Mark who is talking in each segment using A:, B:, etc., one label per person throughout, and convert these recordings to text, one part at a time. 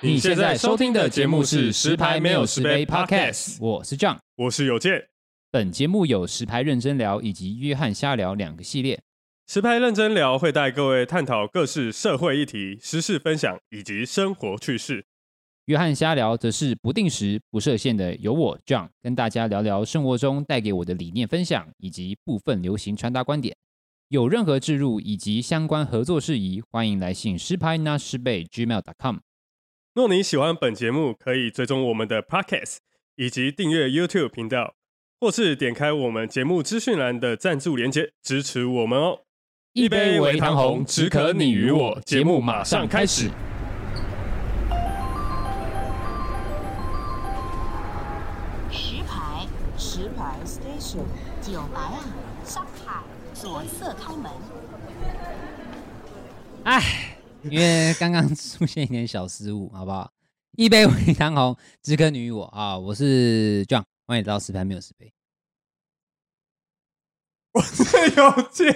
A: 你现在收听的节目是十排没有十杯 Podcast
B: 我是 John。
A: 我是有健。
B: 本节目有十排认真聊以及约翰瞎聊两个系列。
A: 实拍认真聊会带各位探讨各式社会议题、时事分享以及生活趣事。
B: 约翰瞎聊则是不定时、不设限的，由我 John 跟大家聊聊生活中带给我的理念分享，以及部分流行穿搭观点。有任何置入以及相关合作事宜，欢迎来信失拍那失贝 gmail.com。
A: 若你喜欢本节目，可以追踪我们的 Podcast 以及订阅 YouTube 频道，或是点开我们节目资讯栏的赞助连接支持我们哦。一杯为糖红只可你与我节目马上开始。
C: 石牌，石牌 station，九白啊，上海，左侧开门。
B: 因为刚刚出现一点小失误， 好不好？一杯为当红，知根女与我啊，我是 John，欢迎来到十盘没有十杯。
A: 有健，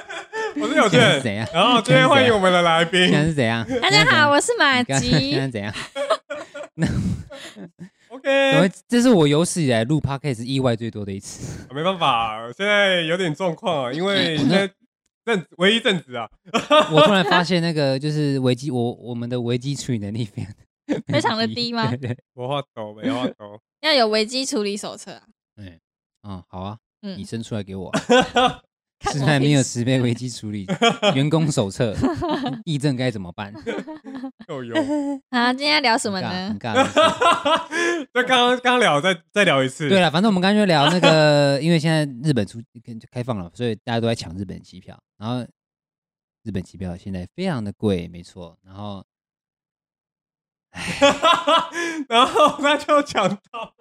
A: 我是有
B: 现在
A: 健。
B: 是怎样？
A: 然后今天欢迎我们的来 宾
B: 现在是怎样？
D: 大家好，我是马
B: 现在是怎样 现在怎样？
D: 吉。
B: 怎么
A: ，OK，
B: 会这是我有史以来录 podcast 意外最多的一 次。
A: 没办法，现在有点状况啊，因
B: 嗯
A: 为现在正唯一正子啊，
B: 我突然发现那个就是危机，我我们的危机处理能力非常
D: 非常的低吗
B: 对对
A: 我话头没话头，
D: 要有危机处理手册啊。
B: 嗯，啊，好啊，
D: 嗯
B: 你生出来给我啊。
D: 看
B: 实
D: 我
B: 在没有
D: 屁
B: 十倍危机处理员工手 册，议政该怎么办？
A: 又 有。
D: 啊，今天要聊什么
B: 很尬
D: 呢
B: 很？尬的事。
A: 那刚刚刚聊，再再聊一次。
B: 对了，啊反正我们刚才就聊那个，因为现在日本出跟开放了，所以大家都在抢日本机票。然后日本机票现在非常的贵，没错。然后
A: 然后他就讲 到，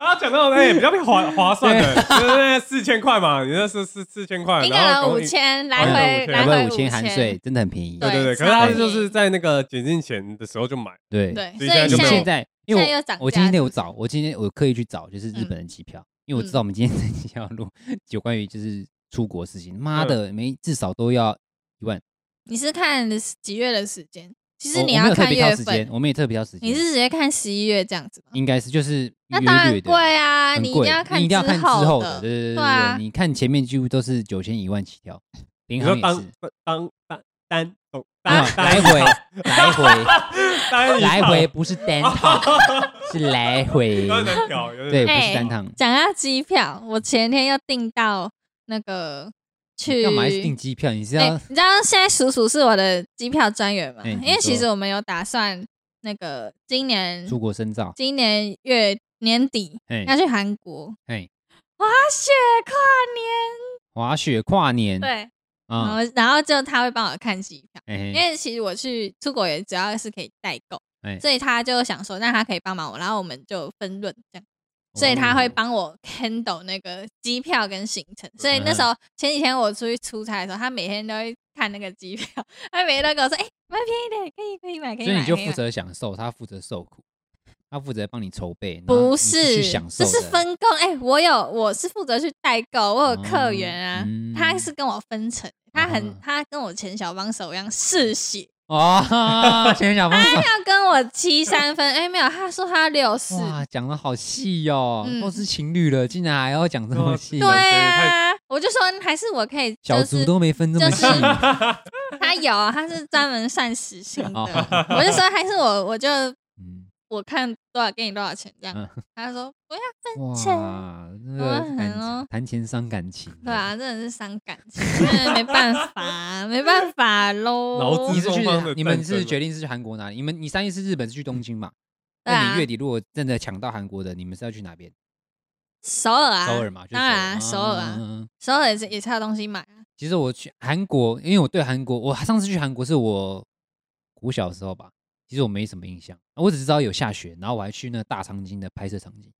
A: 他讲到哎、比较划划算的，就是那四千块嘛，你那是四四千块，
D: 一个
A: 然
D: 人
A: 后
D: 五
A: 公益，
D: 千，来
A: 来
D: 回
A: 回
D: 来
B: 哎万
D: 回
B: 五千
D: 千
B: 含税，真的很便宜。
A: 对
D: 对
A: 对对，可是
D: 差
A: 他
D: 不多
A: 就是在那个解禁前的时候就买，
B: 对
D: 对，
A: 所
D: 所
A: 以
D: 以
A: 现在啊就没
D: 现
A: 有
B: 现
D: 在
B: 在因为
D: 现在又
B: 我
D: 涨
B: 我
D: 价
B: 今天
D: 是
B: 有
D: 不是
B: 找，我今天我刻意去找就是日
D: 嗯
B: 本的机票，因为我知
D: 嗯
B: 道我们今天 这期要录有关于就是出国事情，妈的，没至少都要一万。
D: 你是看几月的时间？其
B: 我
D: 实
B: 我没
D: 你要
B: 有特
D: 看
B: 别挑
D: 月
B: 时间，
D: 份，
B: 我们也特别挑时间。
D: 你是直接看十一月这样子吗？
B: 应该是就是
D: 那
B: 约
D: 当
B: 略
D: 然
B: 的
D: 贵啊，
B: 很
D: 你一定
B: 贵
D: 要
B: 你一定要看之后的，
D: 的。
B: 对对对对
D: 对啊
B: 你看前面几乎都是九千一万起跳，
A: 你
B: 银
A: 说
B: 行也
A: 当
B: 是，
A: 当当单懂
B: 啊
A: 单
B: 来回来回
A: 单一
B: 来
A: 趟
B: 回，不是单趟，是来回，
A: 有点难搞，有
B: 对，
A: 点
B: 不
A: 难
B: 是
D: 哎
B: 单趟。
D: 讲到机票，我前天又订到那个去
B: 要买订机票，你是
D: 哎、
B: 要
D: 你知道现在叔叔是我的机票专员吗？
B: 哎你
D: 因为其
B: 说
D: 实我们有打算那个今年
B: 出国深造？
D: 今年月年底
B: 哎
D: 要去韩国
B: 哎，
D: 滑雪跨年，
B: 滑雪跨年，
D: 对，然
B: 啊，
D: 后然后就他会帮我看机票，因
B: 哎
D: 为其实我去出国也只要是可以代购，
B: 哎，
D: 所以他就想说那他可以帮忙我，然后我们就分论这样。所以
B: 哦
D: 他会帮我 handle 那个机票跟行程。所以那时
B: 嗯
D: 候前几天我出去出差的时候，他每天都会看那个机票，他每天都跟我说：“哎、买便宜点，可以可以买，可以
B: 所
D: 买。
B: 以
D: 可以
B: 你
D: 买”
B: 就负责享受，他负责受苦，他负责帮你筹备，然后你
D: 不
B: 去
D: 是
B: 享，受
D: 这
B: 的，
D: 是分工。哎、我有，我是负责去代购，我有客源
B: 哦
D: 啊，
B: 嗯
D: 他是跟我分成，他很，
B: 啊
D: 他跟我前小帮手一样嗜血，
B: 哦， 钱小帮手。
D: 他要跟我七三分，哎、没有，他说他六四，
B: 哇，讲的好细哦、
D: 嗯
B: 都是情侣了，竟然还要讲这么细，
D: 对
A: 所以
D: 啊，我就说还是我可以，
B: 小
D: 就
B: 卒
D: 是
B: 都没分这么 细
D: 就。是他有，啊他是专门算时薪的。
B: 哦
D: 我就说还是我，我就
B: 嗯，
D: 我看多少给你多少钱这样。
B: 嗯
D: 他说不要分钱，
B: 哇，那个
D: 我很
B: 感情
D: 哦
B: 谈钱伤感情，
D: 对啊，真的是伤感情，真的没办法，没办法
A: 老
D: 喽
A: 子。
B: 你是去
A: 双方的
B: 你们
A: 战争
B: 是
A: 啊
B: 决定是去韩国哪里？你们你上一次日本是去东京嘛？
D: 对啊
B: 那你月底如果真的抢到韩国的，你们是要去哪边？
D: 首尔啊，
B: 首尔嘛，就是
D: 当然啊，首尔
B: 嗯
D: 啊，
B: 嗯嗯
D: 首尔也是也是要东西买啊。
B: 其实我去韩国，因为我对韩国，我上次去韩国是我我小时候吧，其实我没什么印象，我只知道有下雪，然后我还去那个大长今的拍摄场景，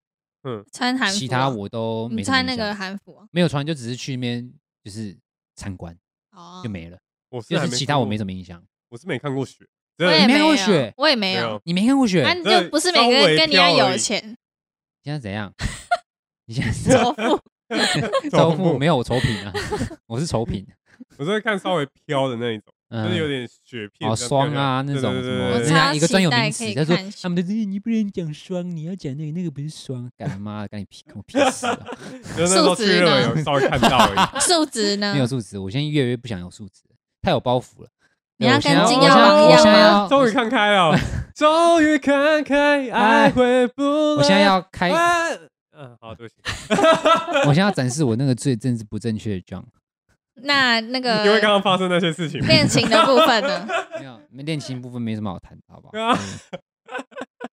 D: 穿韩服啊，
B: 其他我都没
D: 你
B: 什么
D: 穿
B: 印
D: 那
B: 象
D: 个韩服啊
B: 没有穿，就只是去那边就是参观
D: 哦，
B: 就没了，
A: 我是
B: 就
A: 还
B: 是其他我没
A: 么，
B: 什么印象。
A: 我是没看过雪，
D: 我
A: 真
D: 也
A: 的
B: 你没看
D: 没
B: 过
D: 有
B: 雪
D: 我也没
A: 没
D: 有
A: 有。
B: 你没看过雪？
D: 啊，
B: 你
D: 你
A: 真的
D: 就不是每个
A: 稍微
D: 人跟你一样
A: 飘而
D: 有
A: 已
D: 钱，
B: 现在怎 样？你现在是
D: 首富。
B: 仇
A: 仇富
B: 富没有我丑品啊，我是丑品。
A: 我是会看稍微飘的那一种，就是有
B: 嗯，
A: 点雪片比较
B: 哦，
A: 漂
B: 霜
A: 亮
B: 啊那种
A: 对
B: 什
A: 对
B: 么，
A: 对对
D: 我
B: 人
A: 对
D: 超
B: 家一个专有
D: 期待
B: 名
D: 可
B: 词，
D: 以
B: 他说
D: 看
B: 他们的哎你不能讲霜，你要讲那个那个不是霜，干他妈的干你屁跟我屁事啊！
A: 就那时候
D: 树
A: 去
D: 脂
A: 日
D: 呢
A: 本有稍微看到 而已。
D: 数值呢
B: 没？有素质，我现在越来越不想有素质，太有包袱了。
D: 你
B: 对
D: 要
B: 我现在
D: 跟金
B: 我
D: 耀
B: 现在
D: 王一
B: 我
D: 样
B: 现在
D: 吗？
B: 要
A: 终于看开 了，终于看开，爱回不来。
B: 哎我现在要 开，
A: 哎，嗯，好，对不起，
B: 我现在要展示我那个最政治不正确的 John。
D: 那那个
A: 因为刚刚发生那些事情，
D: 恋情的部分呢？
B: 没有，没恋情部分没什么好谈的，好不好？
A: 对啊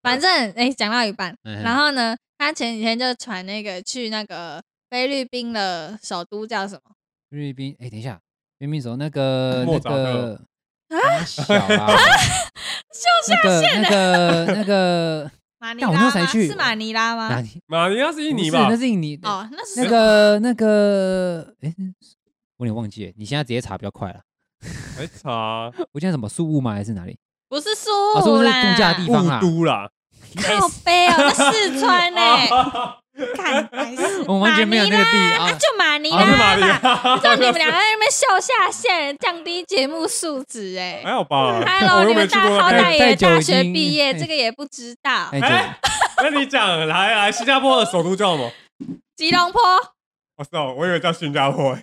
D: 反正哎，讲到一半，
B: 嗯
D: 然后呢，他前几天就传那个去那个菲律宾的首都叫什么？
B: 菲律宾，哎，等一下，菲律宾走那个
A: 莫
B: 那
A: 扎特
B: 个啊，小啊，那个那个那个
D: 马尼
B: 但
D: 拉
B: 我那时候才
D: 吗？
B: 去
D: 是马尼拉
B: 哪
D: 吗？
B: 里？
A: 马尼拉是印
B: 不
A: 尼
B: 是
A: 吧
B: 那？是印尼的。
D: 啊哦，那是
B: 那个那个，哎，我有点忘记了，你现在直接查比较快了。
A: 哎，查
B: 我现在什么宿务吗？还是哪里？
D: 不是苏
B: 啊，是不
D: 武
B: 是
D: 啦？
B: 度假地方
A: 雾
B: 啊？
A: 都啦。
D: 靠背哦，那 四川呢？
A: 啊
D: 看，白痴
B: 我完全没有那个地
D: 马尼拉
B: 啊
D: 啊，就马尼
B: 啊是
A: 马尼
D: 拉吧。
A: 拉，
D: 就你们两个在那边秀下限，降低节目素质哎、
A: 还好吧啊
D: Hello，
A: 我又
D: 你
A: 没
D: 们
A: 去
D: 大
A: 过
D: 好
A: 那
D: 歹
A: 边。
D: 也
B: 太久
D: 大
B: 已
D: 学
B: 经
D: 毕业，
B: 哎
D: 这个也不知道。
B: 哎，
A: 哎
B: 就
A: 那你讲，来来，新加坡的首都叫什么？
D: 吉隆坡，
A: 我操，哦我以为叫新加坡，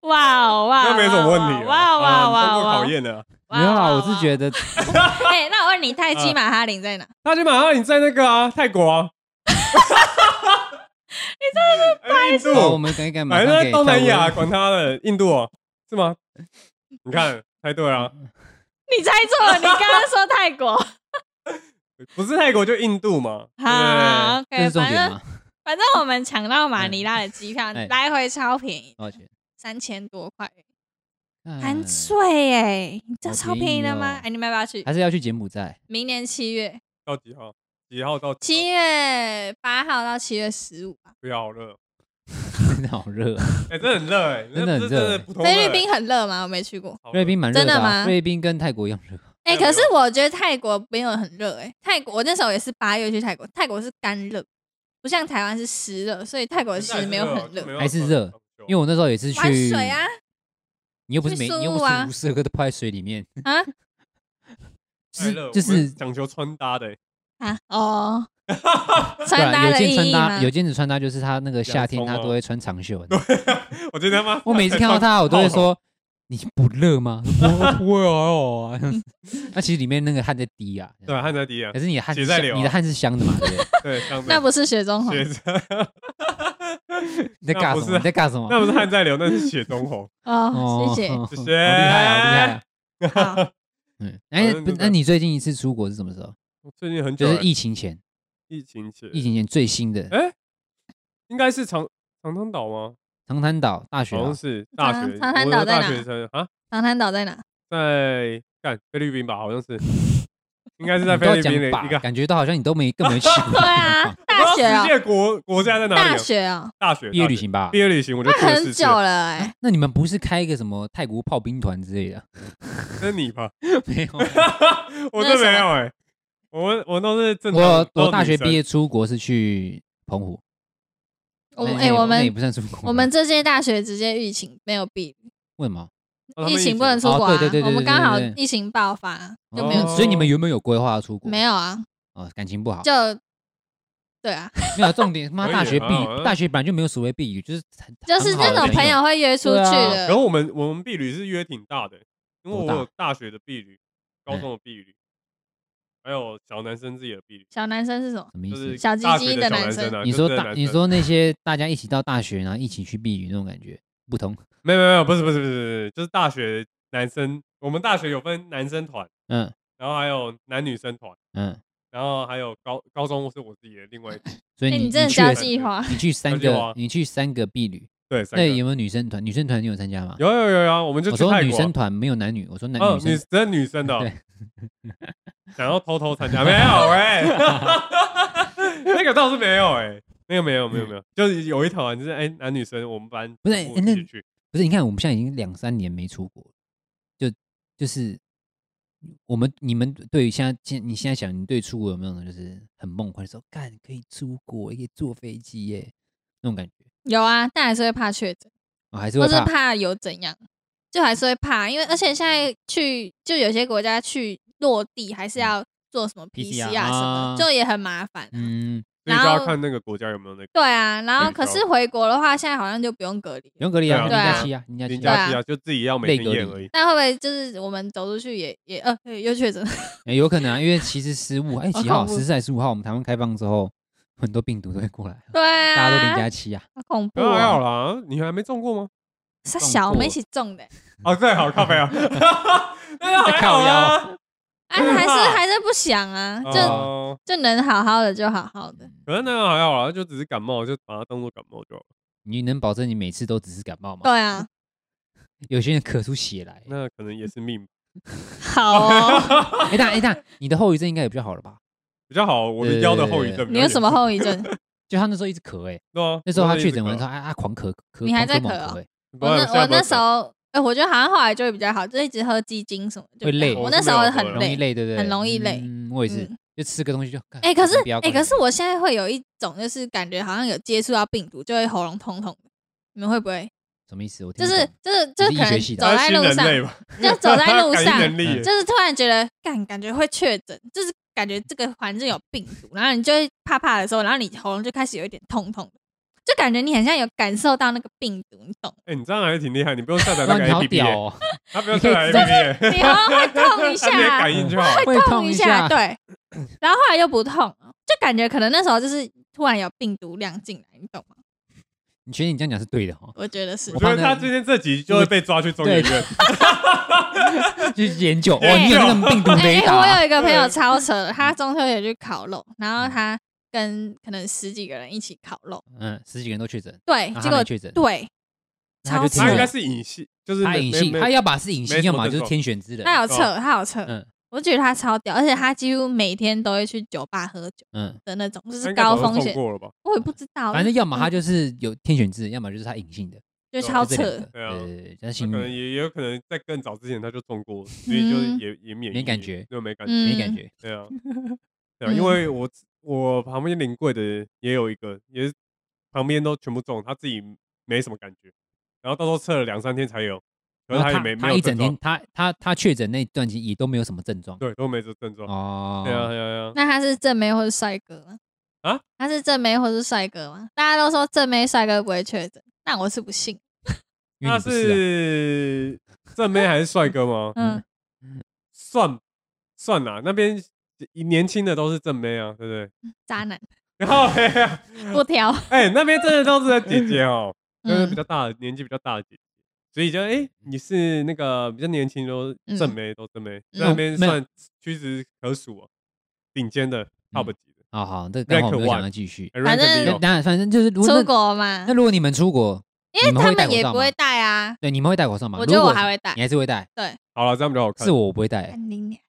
D: 哇哦哇哦，
A: 那没什么问题了。
D: 哇哦哇
A: 啊
D: 哦哇
A: 通
D: 哦
A: 过
D: 哇哦，
A: 考验的。
D: 哇哦。
B: 没有啦，我是觉
D: 得，
B: 得
D: 哎，那我问你，
A: 啊
D: 泰姬玛哈林在哪？
A: 大金马哈，你在那个啊，泰国 啊。你真的是
B: 好，
A: 哎印
B: 我
A: 度，
B: 们赶哦紧马
A: 反
B: 上
A: 正
B: 给
A: 在东南亚，
B: 跳
A: 管他的，印度哦，是吗？你看，猜对啊，
D: 你猜错了，你刚刚说 泰国。
A: 不是泰国就印度嘛。对
D: 好
A: 不
B: 舞，这
D: ，OK，
B: 是重
D: 反
B: 点
D: 正
B: 吗？
D: 反正我们抢到马尼拉的机票，
B: 哎
D: 来回超便宜，
B: 多少钱？
D: 三千多块，
B: 哎
D: 含税哎，你知道
B: 好
D: 超
B: 便宜
D: 便宜的吗
B: 哦？
D: 哎，你们要不要去？
B: 还是要去柬埔寨？
D: 明年七月，
A: 对到几号？几号到几
D: 七
A: 号？
D: 月八号到七月十五吧。啊
A: 不要好热，
B: 真的好热啊，
A: 哎，真的很热哎，
B: 真的很
A: 这
B: 热欸
A: 真的普通热。
D: 菲律宾很热吗？我没去过。
A: 好热
B: 菲律宾蛮热
D: 真的
B: 啊
D: 吗
B: 菲律宾跟泰国一样热，
A: 没
D: 哎、
A: 有
D: 可是我觉得泰国没有很热哎、泰国我那时候也是八月去泰国，泰国是干热，不像台湾是湿热，所以泰国其实没有
A: 哦
D: 很热。
B: 还是热，因
A: 为
B: 为我那时候也是
D: 玩
B: 去
D: 水啊
B: 你又不是没，
D: 去宿
B: 你又不
D: 务啊
B: 是无时无刻都泡在水里 面，
D: 啊
B: 就是就是
A: 讲求穿搭的欸，
D: 啊 哦，
B: 对
D: 穿
B: 啊，
D: 搭
B: 有
D: 的
B: 件
D: 意
B: 穿
D: 义
B: 搭，
D: 吗
B: 有？件子穿搭就是他那个夏天
A: 洋
B: 他
A: 葱啊
B: 都会穿 长袖的，
A: 我觉得他妈，
B: 我每次看到他，我都会 说：“你不热吗？”我 不会哦。那其实里面那个汗在滴啊，
A: 对汉在迪啊
B: 可，是你的汗是
A: 血在
B: 香
A: 流啊
B: 你的汗是香的嘛，对不
A: 对，
B: 对？
A: 这样子
D: 哎那不是雪中红哦
A: 血在，
B: 你在
A: 那
B: 干
A: 不
B: 什
A: 是
B: 么？你在干什么？
A: 那不是汉在流，那是血中红。
D: 哦，谢谢。
B: 哦
A: 谢
B: 好
A: 谢
B: 厉害啊，好厉害啊！
D: 好，
B: 嗯，哎，
A: 好
B: 不
A: 那
B: 那你最近一次出国是什么时候？
A: 最近很久
B: 就
A: 欸，
B: 是疫情前，
A: 疫情前，
B: 疫情前最新的
A: 哎，应该是长长滩岛吗？
B: 长滩岛大学
A: 好
B: 啊
A: 像是大
D: 长
A: 学，
D: 长滩
A: 我
D: 岛
A: 的
D: 在
A: 大
D: 哪
A: 学生啊，
D: 长滩岛 在哪？
A: 在干菲律宾吧，好像 是，应该是
B: 你
A: 在
B: 都
A: 菲
B: 要
A: 律
B: 讲
A: 宾的
B: 吧
A: 一个，
B: 感觉到好像你都没根本去 过
D: 对啊，大
A: 我不知
D: 学
A: 道
D: 哦
A: 世、界国国家在哪
D: 大
A: 里啊？
D: 学哦、
A: 大学
B: 毕业
A: 大
B: 旅
A: 学
B: 行吧
A: 毕？业旅行，我就
D: 那
A: 去了
D: 很
A: 四次
D: 久，了哎、
B: 那你们不是开一个什么泰国炮兵团之类的？
A: 那你 吧，
B: 没 有，
A: 我这没有哎，我们我都是正常
B: 我
A: 都是
B: 我大学
A: 女生
B: 毕业出国是去澎湖。
D: 我
B: 那
D: 哎、
B: 那也
D: 我
B: 那也
D: 们
B: 不算出国吧，啊
D: 我们这届大学直接疫情没有毕
B: 为什么？
A: 哦他们
D: 疫情不能出
B: 哦
D: 国啊，
B: 对对对对
D: 我们
B: 对
D: 刚好
B: 对对
D: 疫情爆发就没有、
A: 哦
B: 所以你们原本有规划要出国？
D: 没有啊，
B: 哦，感情不好，
D: 就对啊，
B: 没有 重点。妈，
A: 可以
B: 大学
A: 啊
B: 毕
A: 啊
B: 大学本来就没有所谓避雨，就是很
D: 就是那种朋友，会约出
B: 对
D: 去
B: 啊
D: 的。
A: 啊然后我们我们婢旅是约挺大的欸，因为我
B: 多大嗯
A: 有大学的婢旅，高中的婢旅，还有小男生自己的婢旅，
D: 小男生是什么？
B: 什么意
A: 就是
B: 思？
D: 小鸡
A: 大
D: 鸡
A: 学的
D: 的
A: 小
D: 男
A: 男生
D: 生
A: 啊。
B: 你
A: 就
B: 说
A: 真的
B: 大，
A: 男
B: 你
A: 生
B: 说那些大家一起到大学，然后一起去避雨那种感觉不同。
A: 没有没有没有，不是不是不是不是，就是大学男生，我们大学有分男生团，
B: 嗯
A: 然后还有男女生团，
B: 嗯，
A: 然后还有高高中是我自己的另外一群
B: 所以
D: 哎、
B: 你
D: 你真的
B: 去
D: 交
B: 了
D: 际花？
B: 你去三
A: 交际花
B: 个，你去三个避旅，
A: 对啊三
B: 那
A: 个
B: 有没有女生团？女生团你有参加吗？
A: 有有有有啊，我们就
B: 我
A: 去
B: 说
A: 泰
B: 女
A: 国啊
B: 生。团没有男女，我说男
A: 嗯，
B: 女
A: 女
B: 生
A: 真女生 的哦，
B: 对，
A: 想要偷偷参 加没有？哎， 那个倒是没有哎，那个没有没 有没有，就是有一团就是哎男女生我们班
B: 不是
A: 全部
B: 哎
A: 一
B: 那
A: 起去，
B: 不是，你看我们现在已经两三年没出国，就就是我们你们对于现在现你现在想，你对出国有没有那种就是很梦幻的时候？干可以出国，也可以坐飞机耶，那种感觉。
D: 有啊，但还是会怕确诊。
B: 哦还是
D: 或
B: 会
D: 是
B: 怕
D: 怕有怎样，就还是会怕，因为而且现在去就有些国家去落地还
B: 嗯
D: 是要做什么
B: PCR
D: PCR 什么
B: 啊，
D: 就也很麻烦啊。
B: 嗯，
A: 所以
D: 然
A: 就
D: 后
A: 要看那个国家有没有那个
D: 对啊，然后
A: 对
D: 可是回国的话，现在好像就不用隔离
B: 不，用隔离啊，零
A: 对啊
B: 加七啊，零加
A: 零
B: 七
D: 对
A: 加
B: 啊，
A: 七啊，
D: 啊
A: 就自己要每天
B: 内隔离
A: 验而已。
D: 那会不会就是我们走出去也也呃对又确 诊？
B: 哎有可能啊，因为其实十 五哎
D: 好
B: 几号，
D: 恐怖
B: 十四还十五号，我们台湾开放之后，很多病毒都会过来，
D: 对啊，
B: 大家都零加七啊，
D: 好恐怖
A: 那还好
D: 哦！
A: 啦，你还没中过 吗？
D: 傻
B: 中
D: 小，我
B: 过
D: 们一起 中的，
A: 哦，对，好咖啡啊， 那还好啦。
D: 啊，还是还是不想啊，就
A: 哦
D: 就能好好的就好好的。
A: 可是那样还好啦，就只是感冒，就把它当做感冒就好了。
B: 你能保证你每次都只是感冒吗？
D: 对啊，
B: 有些人咳出血 来，
A: 那可能也是命吧
D: 好哦。
B: 哎但哎但你的后遗症应该也比较好了吧？
A: 比较好。我的腰的后遗症，
D: 你有什么？后遗症？
B: 就他那时候一直咳哎，
A: 对啊，
B: 那时候他
A: 我一直
B: 确诊完
A: 咳
B: 之后，啊啊狂咳咳，
D: 你还在
B: 狂
D: 咳
B: 猛
D: 哦
B: 咳哎，
A: 不
D: 我
A: 然
D: 那我
A: 现在
D: 那
A: 不
D: 时
A: 会咳
D: 候，哎、我觉得好像后来就会比较好，就一直喝鸡精什么就
B: 会
D: 比较
B: 累
D: 好
A: 我
D: 我
A: 哦是
D: 那时
A: 没
D: 候
A: 有
D: 很
A: 喝
B: 哎容易
D: 累，
B: 累，对不对？
D: 很容易累
B: 嗯，我也是
D: 嗯，
B: 就吃个东西就干
D: 哎、可是
B: 不要
D: 哎、
B: 管
D: 可
B: 了
D: 是我现在会有一种，就是感觉好像有接触到病毒，就会喉咙痛痛的。你们会不会？
B: 什么意思？我听
D: 就
B: 不
D: 是
B: 懂
D: 就是就
B: 你
D: 可
B: 是医学
D: 能
B: 系的
D: 走在路上
A: 他是新，人类吧
D: 就走在 路
A: 感应
D: 上，
A: 能力耶
D: 就是突然觉得感感觉会确诊，就是感觉这个环境有病毒，然后你就会怕怕的时候，然后你喉咙就开始有一点痛痛的，就感觉你很像有感受到那个病毒，你懂吗？
A: 哎，你这样还挺厉害，你不用下载那
B: 哇，
A: 个
B: 你好
A: APP，
B: 屌
A: 耶
B: 哦！
A: 他不用下载 APP，耶
D: 你喉咙会痛
A: 他直
D: 一
A: 接
D: 下，
A: 感应 就好。
B: 会
D: 痛
B: 一
D: 一 下，对。然后后来又不痛了，就感觉可能那时候就是突然有病毒量进来，你懂吗？
B: 你觉得你这样讲是对的哦？
D: 我觉得是
A: 我
B: 我，
A: 觉
B: 怕
A: 得
B: 那
A: 他今天这集就会被抓去中 研院。
B: 就是研究哦，
D: 对
B: 你有那个病毒雷
D: 哎、
B: 达嗯
D: 我
B: 啊，
D: 有一个朋友超扯的，他中秋节去烤肉，然后他跟可能十几个人一起烤肉，
B: 嗯，十几个人都确诊，
D: 对，
B: 然后啊
D: 哎结
B: 他没
D: 果
B: 确诊，
D: 对，
B: 那他就
D: 超扯
A: 他应该
B: 听了，
A: 是隐性，就是
B: 他
A: 没
B: 隐
A: 没
B: 性，
A: 没
B: 他要把是隐性，
A: 没什
B: 要
A: 么
B: 么就
A: 症
B: 是
A: 状
B: 天选之人，
D: 他有
A: 哦
D: 测，他有测，
B: 嗯
D: 我觉得他超屌，而且他几乎每天都会去酒吧喝酒
B: 嗯，
D: 的那种，就
A: 他
D: 是
A: 应该早
D: 高
A: 就
D: 风
A: 中
D: 险，
A: 过了吧？
D: 我也不知道，
B: 反正要么他
D: 就
B: 就是有天选之人，要么就是他隐性的，
D: 就
A: 就
D: 嗯超
B: 就这
D: 扯，
B: 两个，
A: 对啊
B: 对，但
A: 他
B: 幸
A: 可能
B: 运
A: 也也有可能在更早之前他就中过，所以就是
D: 嗯
A: 也也免疫
B: 没感觉
A: 就没感觉。
D: 嗯，
B: 没感觉，
A: 对啊，对啊，
D: 嗯
A: 因为我我旁边临柜的也有一个，也是旁边都全部中，他自己没什么感觉，然后到时候测了两三天才有，可
B: 然
A: 是
B: 后
A: 他也
B: 他
A: 没没
B: 他
A: 有
B: 一整
A: 症状，
B: 天他他他确诊那一段期也都没有什么症状
A: 对，都没这症状。
B: 哦，
A: 对啊，对啊，对啊。
D: 那他是正妹或是帅哥吗？
A: 啊？
D: 他是正妹或是帅哥吗？大家都说正妹帅哥不会确诊，那我是不信。
B: 因为
A: 他
B: 你不是啊
A: 是正妹还是帅哥吗？
D: 嗯，
A: 算算啦，那边年轻的都是正妹啊，对不对？
D: 嗯 渣男
A: 然后 哎呀，
D: 不挑。
A: 哎，那边真的都是姐姐哦，就是比
D: 嗯
A: 较大的年纪比较大的姐姐，所以就哎、你是那个比较年轻都
D: 嗯
A: 正妹都正妹，
D: 嗯
A: 在那边
B: 没有
A: 算屈指可数啊，顶尖的 top 级的。
B: 好好，这个刚好
A: Rank
B: 我没有想
A: one
B: 要继续，
A: 哎
D: 嗯反
A: Rank
D: 正
A: Leo
B: 那当然反正就是如果
D: 出
B: 那
D: 国嘛
B: 那，如果你们出国，
D: 因为
B: 你们
D: 他
B: 会戴
D: 们
B: 口
D: 也
B: 罩
D: 不
B: 吗
D: 会戴啊。
B: 对，你们会戴口罩吗？
D: 我觉得
B: 如
D: 我
B: 果
D: 还会戴
B: 你。还是会戴，
A: 好了，这样比较好看。哦
B: 是我不会戴欸，
D: 干你娘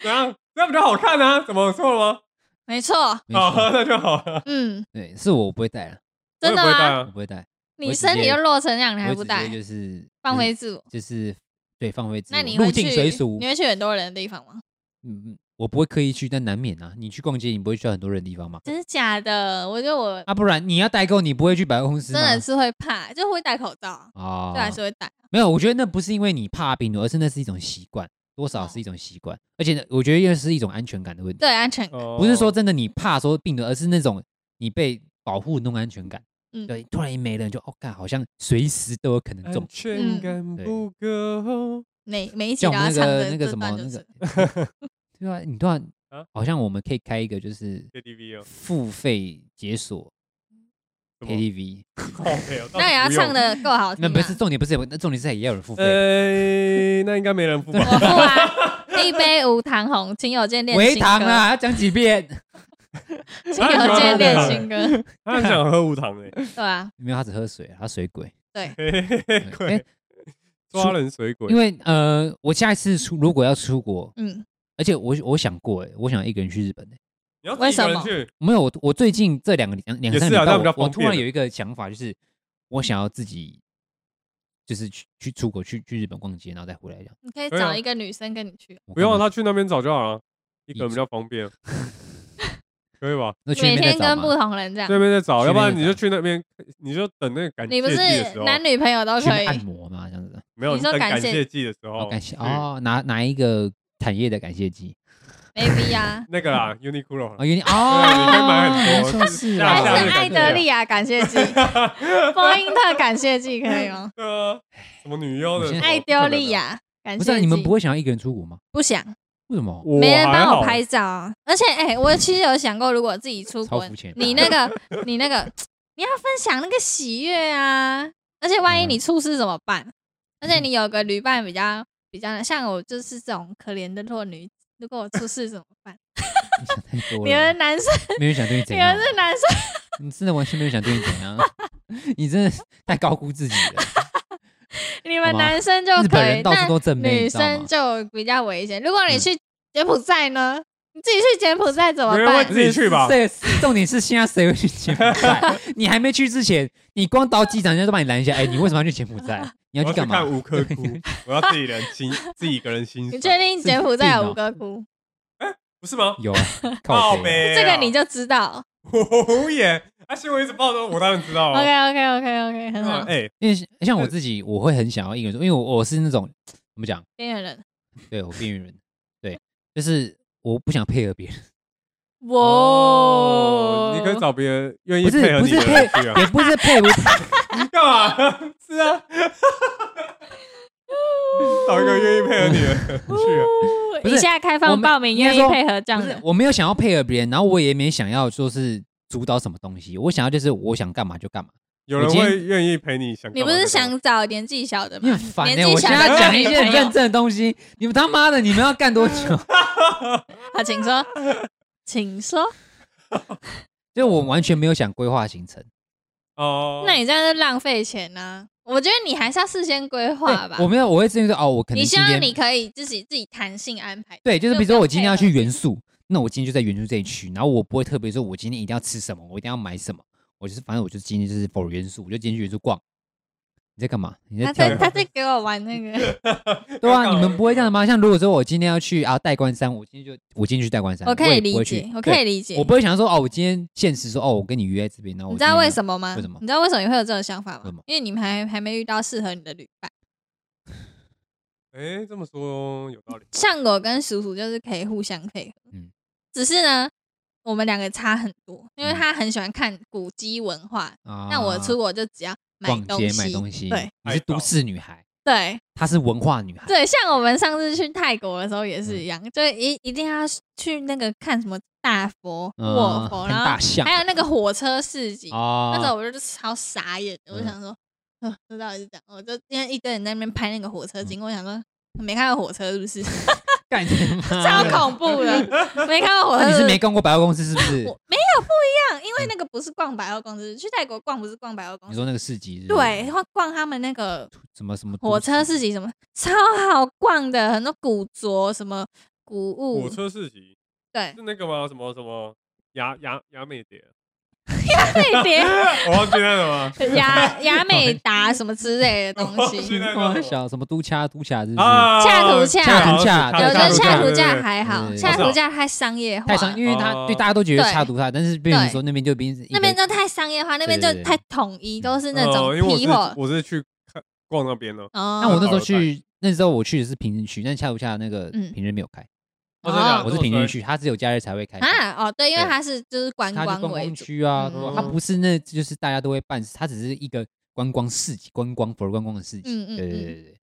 A: 怎样？这样比较好看啊？怎么有错了吗？
D: 没错，
B: 没
A: 好，
B: 错，
A: 那就好了。
D: 嗯，
B: 对，是我不会戴了，
A: 我也
D: 真
A: 不
D: 的
A: 会戴
D: 吗？
B: 我
A: 啊
B: 不会戴，
D: 你身体就弱成那样，你
B: 我
D: 还
B: 会
D: 不
B: 直
D: 戴
B: 接？就是
D: 放飞，自我。
B: 就是就是对放飞自
D: 那
B: 我，
D: 你
B: 入
D: 会
B: 境
D: 去？
B: 随俗
D: 你，会去很多人的地方吗？
B: 嗯，嗯我不会刻意去，但难免啊。你去逛街，你不会去到很多人的地方吗？
D: 真的假的？我觉得我
B: 啊，不然你要代购，你不会去百货公司
D: 真
B: 吗？
D: 的是会怕，就会戴口罩啊，
B: 啊
D: 就，还是会戴。
B: 没有，我觉得那不是因为你怕病毒，而是那是一种习惯，多少是一种习惯，而且呢，我觉得又是一种安全感的问题
D: 哦对，，安全感。
A: 哦
B: 不是说真的你怕说病毒，而是那种你被保护那种安全感。
D: 嗯
B: 对，突然一没了，你就哦，干，好像随时都有可能
A: 安。
B: 中
D: 嗯
A: 全感不够，
D: 每每一集
B: 像
D: 都
B: 我
D: 要
B: 们那
D: 唱
B: 个
D: 的
B: 那个
D: 这
B: 什么
D: 段
B: 那
D: 就是
B: 个，对啊，你突然
A: 嗯啊
B: 好像我们可以开一个就是
A: KTV 哦
B: 付费解锁
A: 什么
B: KTV，
A: ，OK，哦
D: 那也要唱。哦的够好 听、
B: 那
D: 啊。
B: 不是重点，不是那重点是也要有人付费。
A: 呃，那应该没人付吧
D: 我？付啊，一杯无糖红，请友见练
B: 维
D: 新歌。
B: 糖啊，要讲几遍？
D: 请友见练新歌，
A: 他很想喝无糖 诶，
D: 对啊，
B: 没有，他只喝水，他水鬼。
A: 嘿嘿嘿 鬼
B: 哎
A: 抓人水鬼
B: 因。为呃，我下一次出如果要出国，
D: 嗯，
B: 而且我我想过，哎，我想一个人去日本欸
A: 你要自己一个人去，
B: 没有，我我最近这两个两两
A: 也
B: 三
A: 是
B: 个
A: 啊
B: 礼
A: 这
B: 拜
A: 样比较
B: 我，我
A: 方
B: 突
A: 便
B: 然
A: 了
B: 有一个想法，就是我想要自己，就是去去出国去去日本逛街，然后再回来这样。
D: 你可以
B: 啊
D: 找一个女生跟你去，
B: 我
A: 不用啊
B: 干嘛
A: 他去那边找就好了，一
B: 一
A: 个人比较方便。可以吧？
B: 那去那
D: 每
B: 边再
D: 天
B: 找
D: 跟
B: 吗
D: 不同人这样
A: 这，边再找，
B: 去
A: 要不
B: 那
A: 然
B: 边
A: 你就
B: 找
A: 去那边，你就等那个感
D: 你
A: 谢
D: 不
A: 祭的
D: 是
A: 时候，
D: 男女朋友都
B: 去
D: 可以，
B: 按摩嘛，这样子。
A: 没有
D: 你说
A: 等
D: 感
A: 感
D: 谢
A: 谢祭的时
B: 哦，
A: 候，
B: 感谢
A: 去
B: 哦，哪哪一个产业的感谢祭？
D: 没 必要。
A: 那个啦，Uniqlo
B: 哦，有
A: 对
B: 你
A: 你可以买
B: 哦，
A: 很多
B: 说是
A: 大
D: 还
A: 夏日
D: 是
A: 感
D: 艾
A: 谢啊
D: 德利亚感 谢祭，波音特感谢祭可以吗？
A: 对啊，什么女优
B: 我
A: 的
B: 现
A: 什
B: 在
A: 么，
D: 艾丢利亚感
B: 不是
D: 谢
B: 啊
D: 祭，
B: 你们不会想要一个人出国吗？
D: 不想，
B: 为什 么？
A: 我
D: 没人
A: 还
D: 帮
A: 好
D: 我拍照啊。而且哎，我其实有想过，如果自己出
B: 超
D: 国
B: 肤浅，
D: 你那个 你那个你要分享那个喜悦啊，而且万一
B: 嗯
D: 你出事怎么办？而且你有个旅伴比较比较像我，就是这种可怜的弱女子，如果我出事怎么 办？
B: 你想太多
D: 你们
B: 了，
D: 男生，
B: 没有人想对你怎
D: 你
B: 样
D: 们，是男生，
B: 你真的完全没有人想对你怎样， 你真的是太高估自己 了。
D: 你
B: 好
D: 们
B: 吧
D: 男生就
B: 日
D: 可
B: 本人
D: 以，
B: 到处
D: 那
B: 都正妹，
D: 女
B: 你知道
D: 生
B: 吗？
D: 就比较危险。如果你
B: 嗯
D: 去柬埔寨呢，你自己去柬埔寨怎么
A: 没人
D: 办
A: 会？自己去吧
B: 对，重点是现在谁会去柬埔寨？你还没去之前， 你光到机场人家都把你拦下。哎，你为什么要去柬埔 寨？你
A: 我
B: 要
A: 要
B: 去
A: 去
B: 干嘛
A: 看？吴科 窟，我要自己人欣，自己一个人欣
D: 你
A: 赏，
D: 确定柬埔寨有
B: 哦
D: 吴哥窟？
A: 不是吗？
B: 有啊，靠
A: 呗，
B: 北啊
D: 这个你就知道。
A: 无言，啊，新闻一直报说，我当然知
B: 哦
A: 道
D: OK
A: 了。
D: OK OK OK，很好。
A: 哎，
B: 因为像像我自己，我会很想要一个人住，因为我我是那种怎么讲？
D: 边缘人，
B: 对我边缘人，对，就是我不想配合别人， 哦
D: 哇！
A: 你可以找别人愿意
B: 不是
A: 配合
B: 不
A: 你
B: 是
A: 的
B: 配
A: 人去啊，
B: 也哎不是配不
A: 干嘛？是啊，找一个愿意配合你的 人去啊。
D: 呜
B: 不是
D: 以下开
B: 我
D: 放
B: 们
D: 报名，
B: 应该
D: 愿意
B: 说
D: 配合这样
B: 不是
D: 的。
B: 我没有想要配合别人，然后我也没想要说是主导什么东西，我想要就是我想干嘛就干嘛。
A: 有人
B: 我今天
A: 会愿意陪你想干嘛就干嘛？
D: 你不是想找年纪小的
B: 你
D: 吗
B: 很？烦
D: 年
B: 哎、我
D: 纪小
B: 现在
D: 的
B: 讲
D: 女
B: 一些
D: 朋
B: 很
D: 友
B: 认真的东西，你们他妈的你们要干 多久？
D: 好，啊请说，请说。
B: 就我完全没有想规划行程，
A: 哦？
D: 那你这样就浪费钱呢？我觉得你还是要事先规划吧
B: 对我。没有，我会自己说哦，我可能
D: 你希
B: 今
D: 望
B: 天
D: 你可以自己自己弹性安排。
B: 对，就是
D: 就
B: 比如
D: 不
B: 说
D: 要
B: 我今天要
D: 配合
B: 去元素，那我今天就在元素这一区，然后我不会特别说我今天一定要吃什么，我一定要买什么，我就是反正我就今天就是 for 元素，我就今天去元素逛。你在干嘛？你在
D: 他
B: 跳
D: 在
B: 舞？
D: 他在给我玩 那个
B: 对啊，你们不会这样吗？像如果说我今天要去啊代官山，我今天就我今天去代官山，
D: 我可以
B: 也
D: 理
B: 不会去
D: 解，我可以
B: 对
D: 理解
B: 我。不会想说哦，我今天现实说哦，我跟你约在这边，然后
D: 你知道为
B: 么？
D: 什么吗？
B: 为什么
D: 你知道为什么你会有这种想法
B: 为什
D: 吗
B: 么？
D: 因为你们还还没遇到适合你的旅伴。
A: 哎，这么说有道理。
D: 像我跟叔叔就是可以互相配合，
B: 嗯
D: 只是呢，我们两个差很多，因为
B: 嗯
D: 他很喜欢看古迹文化，
B: 啊
D: 那我出国就只要买
B: 逛
D: 东
B: 街
D: 西，
B: 买东西，
D: 对，
B: 你是都市女孩，
D: 对
B: 她是文化女孩，
D: 对，像我们上次去泰国的时候也是一样，
B: 嗯
D: 就一一定要去那个看什么大佛、
B: 嗯
D: 卧佛，
B: 看
D: 然
B: 大
D: 后
B: 象
D: 还有那个火车市集，
B: 哦，
D: 那时候我就超傻眼的，我就
B: 嗯
D: 想说，呃，这到底是怎样？我就因为一堆人在那边拍那个火
B: 嗯
D: 车经过，我想说没看过火车是不是？
B: 干什么？
D: 超恐怖的，没看过火
B: 那
D: 车
B: 你
D: 是
B: 是
D: 不
B: 没
D: 是。
B: 逛过百货公司是不是？
D: 我没有不一样，因为那个不是逛百货公司，去泰国逛不是逛百货公
B: 你
D: 司，
B: 说那个市集是不是
D: 对，然，后逛他们那个
B: 什么什么
D: 火
B: 都
D: 车
B: 市
D: 市集什么，超好逛的，很多古着什么古
A: 火
D: 物，
A: 车市集
D: 对，
A: 是那个吗？什么什么雅雅雅美蝶？
D: 那边
A: 我忘记那个 吗？
D: 雅雅美达什么之类的东
B: 哦
A: 我忘记
D: 西
A: 了，
B: 哇小什么都掐都掐是不是？
A: 啊，
D: 嗯恰图恰
B: 恰图恰
D: 有
B: 恰
D: 的
B: 图
D: 恰
B: 恰
D: 图价
A: 对
D: 还好，
B: 对
D: 恰图价太商业化
B: 太商，
D: 了，
B: 因为他对大家都觉得
D: 对
B: 恰图恰，但是被人
D: 对
B: 说那边就变成一个
D: 那边就太商业化，那边就
B: 对嗯对对
D: 太统一，都是那
A: 哦
D: 种
A: 因为我
D: 批
A: 是
D: 货。哦
A: 我是去看逛那边的。
D: 那
B: 那我那时候
A: 好的
B: 去，那时候我去的是平日区，但恰不恰那个
D: 嗯
B: 平日没有开，
A: 哦真的假
D: 啊
A: 的
B: 我是平日区，它只有假日才会开放。
D: 啊哦，对，因为
B: 对
D: 它是就是观
B: 它是
D: 光
B: 观
D: 为
B: 光
D: 主，
B: 区啊，对吧
A: 嗯
B: 它不是那，就是大家都会办，它只是一个观光市集，观光 for 观光的市集。
D: 嗯嗯
B: 对对
D: 嗯
B: 对对，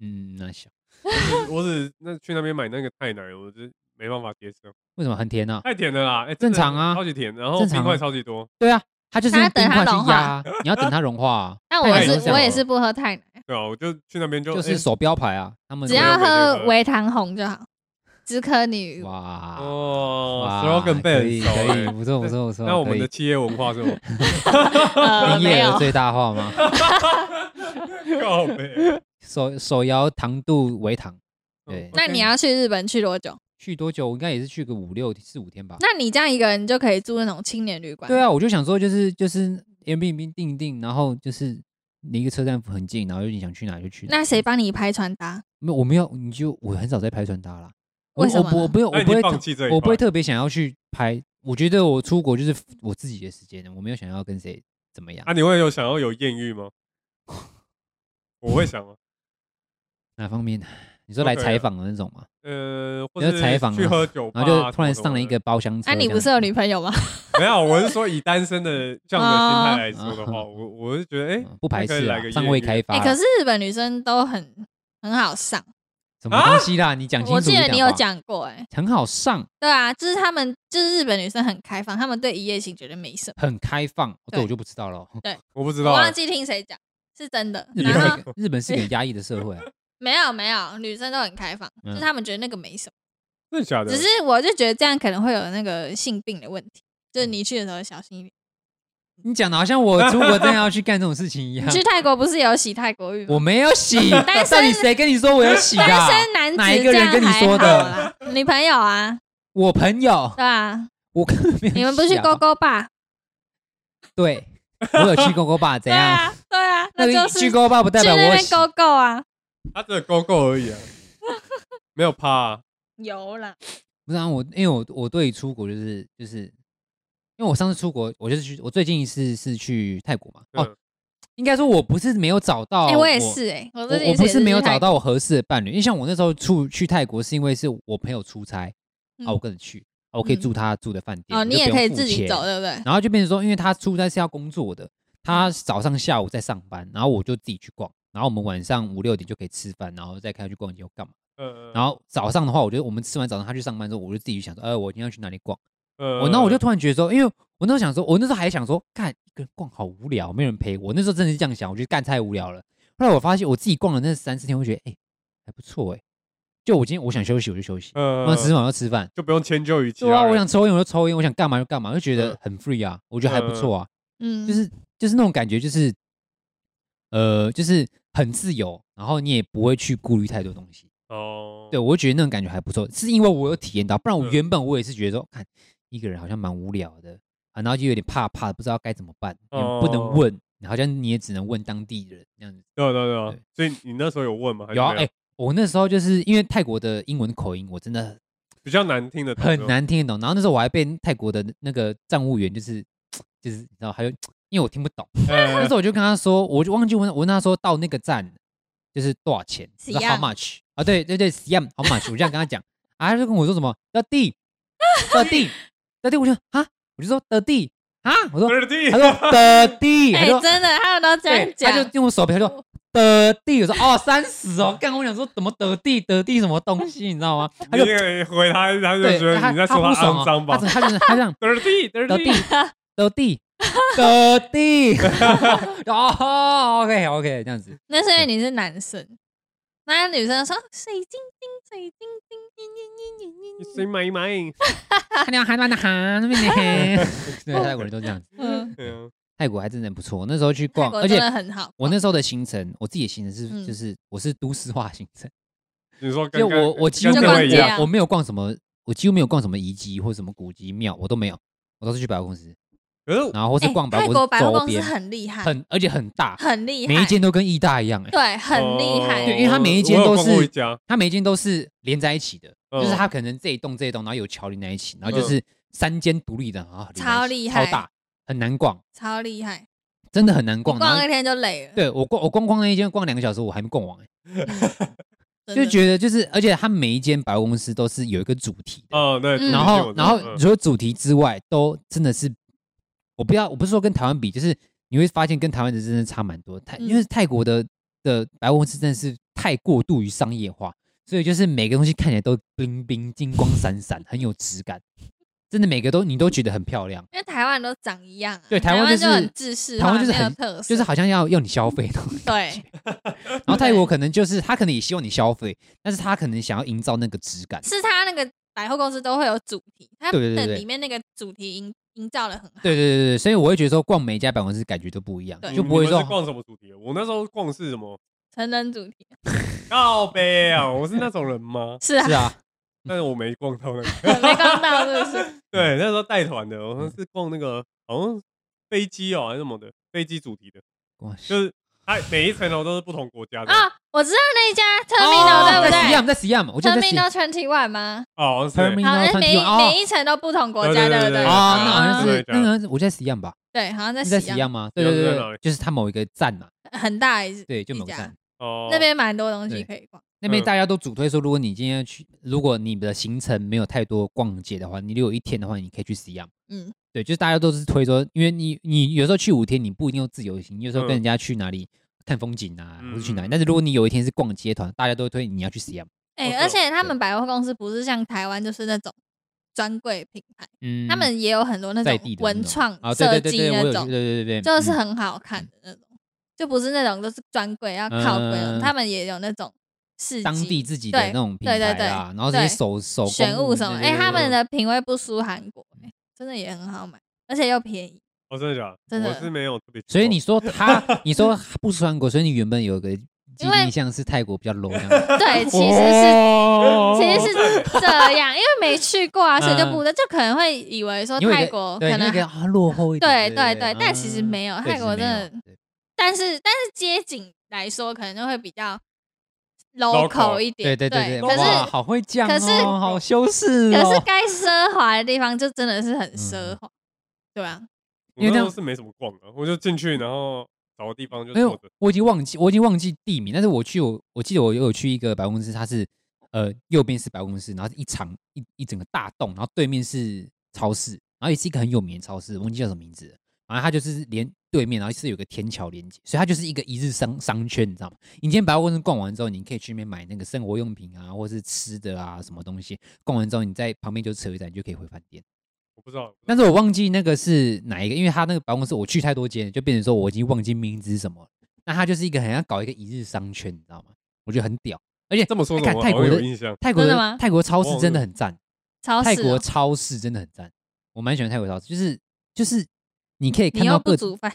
B: 嗯，那小
A: 我只那去那边买那个太奶，我就没办法接受，
B: 为什么很甜啊？
A: 太甜了啦！哎，真
B: 正
A: 的
B: 常啊
A: 超级甜，然后
B: 正常啊
A: 冰块超级多，
B: 对啊，它就是
D: 它
B: 用
D: 等
B: 冰
D: 它
B: 块去
D: 融化
B: 压啊，你要等它融化 啊。
D: 但
B: 太
D: 我
B: 奶
A: 都
D: 是
A: 这样
D: 我也
A: 了
D: 是不喝太奶，
A: 对啊，我就去那边就
B: 就是
A: 哎
B: 手标牌啊，他们
D: 只
A: 没有
D: 要
A: 每天
D: 喝
A: 喝
D: 微糖红就好，只可女巫。
B: 哇
A: 哦
B: 啊哇
A: ，slogan 背
B: 可
A: 很
B: 以
A: 熟
B: 可以，
A: 哎
B: 不错不错不错。
A: 那我
B: 可
A: 们
B: 以
A: 的企业文化是 吗？
D: 呃，
B: 营
D: 没
B: 业额
D: 有，
B: 最大化吗？
A: 靠嗯北
B: 手手摇糖度为糖，对
D: 那你要去日本去多久？
B: 去多久？我应该也是去个五六四五天吧。
D: 那你这样一个人就可以住那种青年旅馆，
B: 对啊，我就想说，就是就是 Airbnb 定一定，然后就是离一个车站很近，然后就你想去哪就去哪。
D: 那谁帮你拍穿搭？
B: 没有，我没有，你就我很少在拍穿搭啦。我
D: 为什么
B: 我不我不用，
A: 那
B: 我
A: 你
B: 不会
A: 放
B: 特，
A: 弃这一块，
B: 我不会特别想要去拍。我觉得我出国就是我自己的时间，我没有想要跟谁怎么样
A: 啊，。你会有想要有艳遇 吗？我会想啊，
B: 哪方面？你说来
A: OK 啊
B: 采访的那种吗？
A: 呃，或
B: 你要
A: 者
B: 采访
A: 去
B: 啊
A: 喝酒吧
B: 然
A: 啊，
B: 后就突然上了一
A: 什
B: 个
A: 么
B: 包厢车这
D: 啊，
B: 样子。
D: 你不是有女朋 友吗？
A: 的，没有，我是说以单身的这样的心态来说的话，
B: 哦
A: 我我是觉得，哎
B: 嗯不排
A: 那可
B: 斥
A: 以
B: 啊
A: 来个，
B: 尚未
A: 艳遇
B: 开发
D: 哎，
B: 啦。
D: 可是日本女生都很很好上，
B: 什么
A: 啊
B: 东西啦？你讲清楚
D: 我
B: 一
D: 记
B: 点
D: 得
B: 好不好。
D: 你有讲过，哎，
B: 很好上，
D: 对啊，就是他们就是日本女生很开放，他们对一夜情绝对没什么。
B: 很开放，哦这
D: 对
B: 我就不知道了。
A: 我不知
D: 我
A: 道
D: 忘
A: 啊，
D: 记听谁讲，是真的。
B: 日本是
D: 然
B: 一
D: 后
B: 个日本是一个很压抑的社会 啊，
D: 没有没有，女生都很开放，
B: 嗯
D: 就是他们觉得那个没什么。
A: 真的假的？
D: 只是我就觉得这样可能会有那个性病的问题，
B: 嗯
D: 就是你去的时候小心一点。
B: 你讲的好像我出国真的要去干这种事情一样
D: 你。去泰国不是有洗泰国浴
B: 我
D: 吗？
B: 没有洗，
D: 单身
B: 到底谁跟你说我有洗的啊？
D: 单身男子
B: 哪一个人跟你说
D: 这样
B: 的？
D: 还好啦？女朋友啊，
B: 我朋友，
D: 对啊，
B: 我根本没有洗啊。
D: 你们不是去勾勾吧？
B: 对，我有去勾勾吧？怎
D: 对
B: 样？
D: 啊，对啊，
B: 那
D: 那
B: 个
D: 就是
B: 去
D: 去
B: 勾吧不代表
D: 那
B: 我
D: 边
B: 洗。
D: 勾勾啊，
A: 他只有勾勾而已 啊，没有趴啊，
D: 有啦，
B: 不是啊，我因为我我对出国就是就是，因为我上次出国，我就是去我最近一次是去泰国嘛。哦
A: 嗯，
B: 应该说我不是没有找到，
D: 哎，我也是哎，我最
B: 哦我
D: 近
B: 我不是没有
D: 也去
B: 找
D: 泰国，
B: 到我合适的伴侣，因为像我那时候出去泰国是因为是我朋友出差、啊，
D: 嗯
B: 我跟着去，啊我可以
D: 嗯
B: 住他住的饭店，
D: 哦，
B: 我就
D: 你也
B: 不用
D: 可以
B: 付
D: 自己
B: 钱
D: 走，对不对？
B: 然后就变成说，因为他出差是要工作的，
D: 嗯
B: 他早上下午在上班，然后我就自己去逛，然后我们晚上五六点就可以吃饭，然后再开去逛街或干嘛。
A: 嗯，
B: 然后早上的话，我觉得我们吃完早上他去上班之后，我就自己去想说，呃，我今天要去哪里逛？
A: 嗯
B: 哦我那我就突然觉得说，因为我那时候想说，我那时候还想说，干一个人逛好无聊，没有人陪我。那时候真的是这样想，我觉得干太无聊了。后来我发现我自己逛了那三四天，我觉得哎、还不错哎、就我今天我想休息我就休息，
A: 嗯
B: 我想吃饭我就吃饭，
A: 就不用迁就于其
B: 对
A: 他
B: 啊，
A: 人，
B: 我想抽烟我就抽烟，我想干嘛就干嘛，就觉得
A: 嗯
B: 很 free 啊，我觉得还不错啊，
D: 嗯，
B: 就是就是那种感觉，就是呃，就是很自由，然后你也不会去顾虑太多东西。
A: 哦，
B: 对，我就觉得那种感觉还不错，是因为我有体验到，不然我
A: 嗯
B: 原本我也是觉得说，看一个人好像蛮无聊的啊，然后就有点怕怕，不知道该怎么办，也不能
A: 哦
B: 问，好像你也只能问当地人这样子。
A: 对对对啊
B: 对，
A: 所以你那时候有问吗？还是
B: 有啊，
A: 没
B: 哎、我那时候就是因为泰国的英文口音，我真的
A: 比较难听的，
B: 很。难听得懂，然后那时候我还被泰国的那个站务员就是就是你知道，还有因为我听不懂，
D: 嗯
B: 那时
A: 呃
B: 候我就跟他说，我就忘记问，我问他说到那个站就是多少钱，我说
D: Siam
B: how much 啊？对对对，Siam how much？我这样跟他讲，啊，他就跟我说什么的 地的地的地，我就啊，我就说的地啊，我说
A: 我的弟
B: 他，说的地，他
D: 哎，
B: 说
D: 真的，他们都这样
B: 对，他
D: 讲，
B: 就用我手背，他说的地，我说哦三十哦，干，我想说怎么得地得地什么东西，你知道吗？他
A: 你
B: 就
A: 也回他，他就
B: 对
A: 觉得
B: 他
A: 你在
B: 他
A: 说
B: 不爽
A: 肮
B: 哦
A: 脏，
B: 他
A: 吧
B: 怎？么他就是他这样。
A: 得地得
B: 得
A: 地
B: 地，得地得地， 哦，OK OK，这样子，
D: 那是因为你是男生，那女生说水晶晶，水晶晶，嘤嘤嘤嘤嘤嘤
A: 谁买买？
B: 他俩喊完的喊那边呢，对，泰国人都这样子。
D: 嗯，
A: 嗯
B: 泰国还真的不错，那时候去
D: 泰
B: 逛，
D: 国
B: 而且
D: 真的很好。
B: 我那时候的行程，我自己的行程是
D: 嗯
B: 就是我是都市化行程，
A: 你说跟
B: 就我我几乎
D: 就
B: 没
A: 跟我
B: 有
A: 一
D: 逛街啊
A: 样，
B: 逛，我没有逛什么，我几乎没有逛什么遗迹或什么古迹庙，我都没有，我都是去百货公司，
A: 可是
B: 然后或
D: 哎
B: 是逛
D: 泰国
B: 百
D: 百货
B: 货
D: 公
B: 公司
D: 司
B: 周边，
D: 很厉害，
B: 很而且很大，
D: 很厉害，
B: 每一间都跟义大一样，哎，
D: 对很厉害。
A: 哦
B: 对因为他每一间
A: 我有
B: 都
A: 逛过
B: 是
A: 一家，
B: 它每一间都是连在一起的，
A: 嗯
B: 就是它可能这一栋这一栋，然后有桥连在一起，然后就
A: 嗯
B: 是三间独立的啊，连在一起
D: 超厉害
B: 超大，很难逛，
D: 超厉害，
B: 真的很难逛。
D: 我
B: 然
D: 逛
B: 后
D: 一天就累了，
B: 对我逛我光逛那一间逛两个小时，我还没逛完、欸，
D: 真
B: 就
D: 的
B: 觉得就是，而且它每一间百货公司都是有一个主题的，
A: 哦对，
D: 嗯
B: 然
A: 这
B: 后
A: 间
B: 然
A: 我
B: 后
A: 知道嗯
B: 除了主题之外，都真的是我不要我不是说跟台湾比，就是你会发现跟台湾的真的差蛮多。泰因为
D: 嗯
B: 泰国的的百货公司真的是太过度于商业化，所以就是每个东西看起来都冰冰金光闪闪，很有质感，真的每个都你都觉得很漂亮，
D: 因为台湾都长一样啊，
B: 对台
D: 台
B: 湾就是
D: 就很自私，
B: 台湾就是
D: 没有
B: 很
D: 特色，
B: 就是好像要要你消费的。
D: 对
B: 然后泰国可能就是他可能也希望你消费，但是他可能想要营造那个质感。
D: 是他那个百货公司都会有主题，他
B: 对对对
D: 的
B: 对
D: 里面那个主题营营造的很好，
B: 对对对对，所以我会觉得说逛每一家百货公司感觉都不一样，
D: 对
B: 就
A: 嗯你
B: 不会
A: 你们
B: 说
A: 是逛什么主题？我那时候逛是什么？
D: 成人主题？
A: 告杯啊！我是那种人吗
D: 是啊
B: 是，啊，
A: 但是我没逛到那个，
D: 没逛到是不是？
A: 对，那时候带团的，我
B: 嗯
A: 们是逛那个好像飞机哦还是什么的，飞机主题的，
B: 哇
A: 就是它每一层楼都是不同国家的
D: 啊，我知道那一家
B: 哦
D: Terminal 对不
B: 在 Siam，
D: 对
B: 在 Siam，我记得在 Siam
D: ？Terminal Twenty One 吗？
A: 哦，对
B: Terminal
D: 好，那每一
B: 21哦
D: 每一层都不同国家，
A: 对
D: 对
A: 对
D: 不
A: 对
D: 对？
A: 对
B: 哦，那好像
A: 对
B: 是
A: 啊对对
B: 那好像是我记得在 Siam 吧？
D: 对，好像在
B: 是在
D: 西
B: Siam
D: 洋，
B: 吗？对对
A: 有
B: 对
A: 在哪里
B: 对，就是它某一个站嘛，
D: 很大一
B: 对，就
D: 一
B: 某个
D: 家
B: 站。
A: 哦，
D: 那边蛮多东
B: 对哦
D: 西可以逛。
B: 那边
A: 嗯
B: 大家都主推说，如果你今天去，如果你的行程没有太多逛街的话，你如果有一天的话，你可以去 Siam。
D: 嗯，
B: 对，就是大家都是推说，因为你你有时候去五天，你不一定有自由行，你有时候跟
A: 嗯
B: 人家去哪里看风景啊，
A: 嗯
B: 或者去哪里。但是如果你有一天是逛街团，大家都会推你要去 Siam。
D: 哎、
A: 哦
D: 而
A: 是哦
D: 且他们百货公司不是像台湾就是那种专柜品牌，
B: 嗯，
D: 他们也有很多那
B: 在
D: 种
B: 地的那
D: 文创
B: 啊，对
D: 设
B: 对对
D: 计
B: 对，我
D: 那
B: 有去，对
D: 种，
B: 对对对，
D: 就是
B: 嗯
D: 很好看的那种，就不是那种都是专柜要靠柜那种，
B: 嗯
D: 他们也有那种市
B: 当地
D: 集
B: 自己的
D: 对
B: 那种品
D: 对对
B: 牌啦，然后这
D: 对
B: 些手手工
D: 选物什么，
B: 对对
D: 哎、
B: 对
D: 他们
B: 对
D: 的品味不输韩国、哎真的也很好买，而且又便 宜。
A: 我哦真的假的？
D: 真的
A: 我是没有特别去过。
B: 所以你说他，你说不穿国，所以你原本有一个既
D: 因为
B: 定像是泰国比较 low 这样。
D: 对，其实
B: 是
D: 是。其实是这样，因为没去过啊，所以就
B: 嗯
D: 不就可能会以为说
B: 因为
D: 泰国
B: 对
D: 可能
B: 那个啊落后一点，
D: 对
B: 对
D: 对对但其实没有
B: 嗯对
D: 泰
B: 其实
D: 国
B: 没
D: 真
B: 有
D: 的
B: 对
D: 但是但是街景来说，可能就会比较
A: Local
D: local 一点。
B: 对对对对，
D: 可
B: 哇，
D: 是
B: 好会讲哦，
D: 可是
B: 好修饰
D: 可是
B: 哦。
D: 该奢华的地方就真的是很
B: 嗯
D: 奢华，对啊，
A: 我
B: 因为
A: 那
B: 那
A: 时候是没怎么逛的，我就进去，然后找个地方就
B: 没
A: 坐
B: 有
A: 着。，
B: 我已经忘记，我已经忘记地名，但是我去我我记得我有去一个百货公司，它是呃右边是百货公司，然后是一长一一整个大栋，然后对面是超市，然后也是一个很有名的超市，我忘记叫什么名字了，然后它就是连对面，然后是有个天桥连接，所以它就是一个一日商商圈，你知道吗？你今天百货公司逛完之后，你可以去那边买那个生活用品啊，或是吃的啊什么东西，逛完之后你在旁边就车站，你就可以回饭店。
A: 我不知道，
B: 但是我忘记那个是哪一个，因为他那个办公室我去太多间，就变成说我已经忘记名字是什么了。那他就是一个很像搞一个一日商圈，你知道吗？我觉得很屌，而且
A: 这么说
B: 哎
A: 怎
B: 看
A: 么
B: 泰
A: 好
B: 国
A: 像有
B: 的
A: 印象？
B: 泰国
D: 真的吗
B: 泰国超
A: 忘
B: 市
A: 了
B: 真的很赞，
D: 超市
B: 泰
D: 哦、
B: 国超市真的很赞，我蛮喜欢泰国超市，就是就是你可以
D: 你
B: 看
D: 又
B: 到
D: 不
B: 各
D: 煮饭，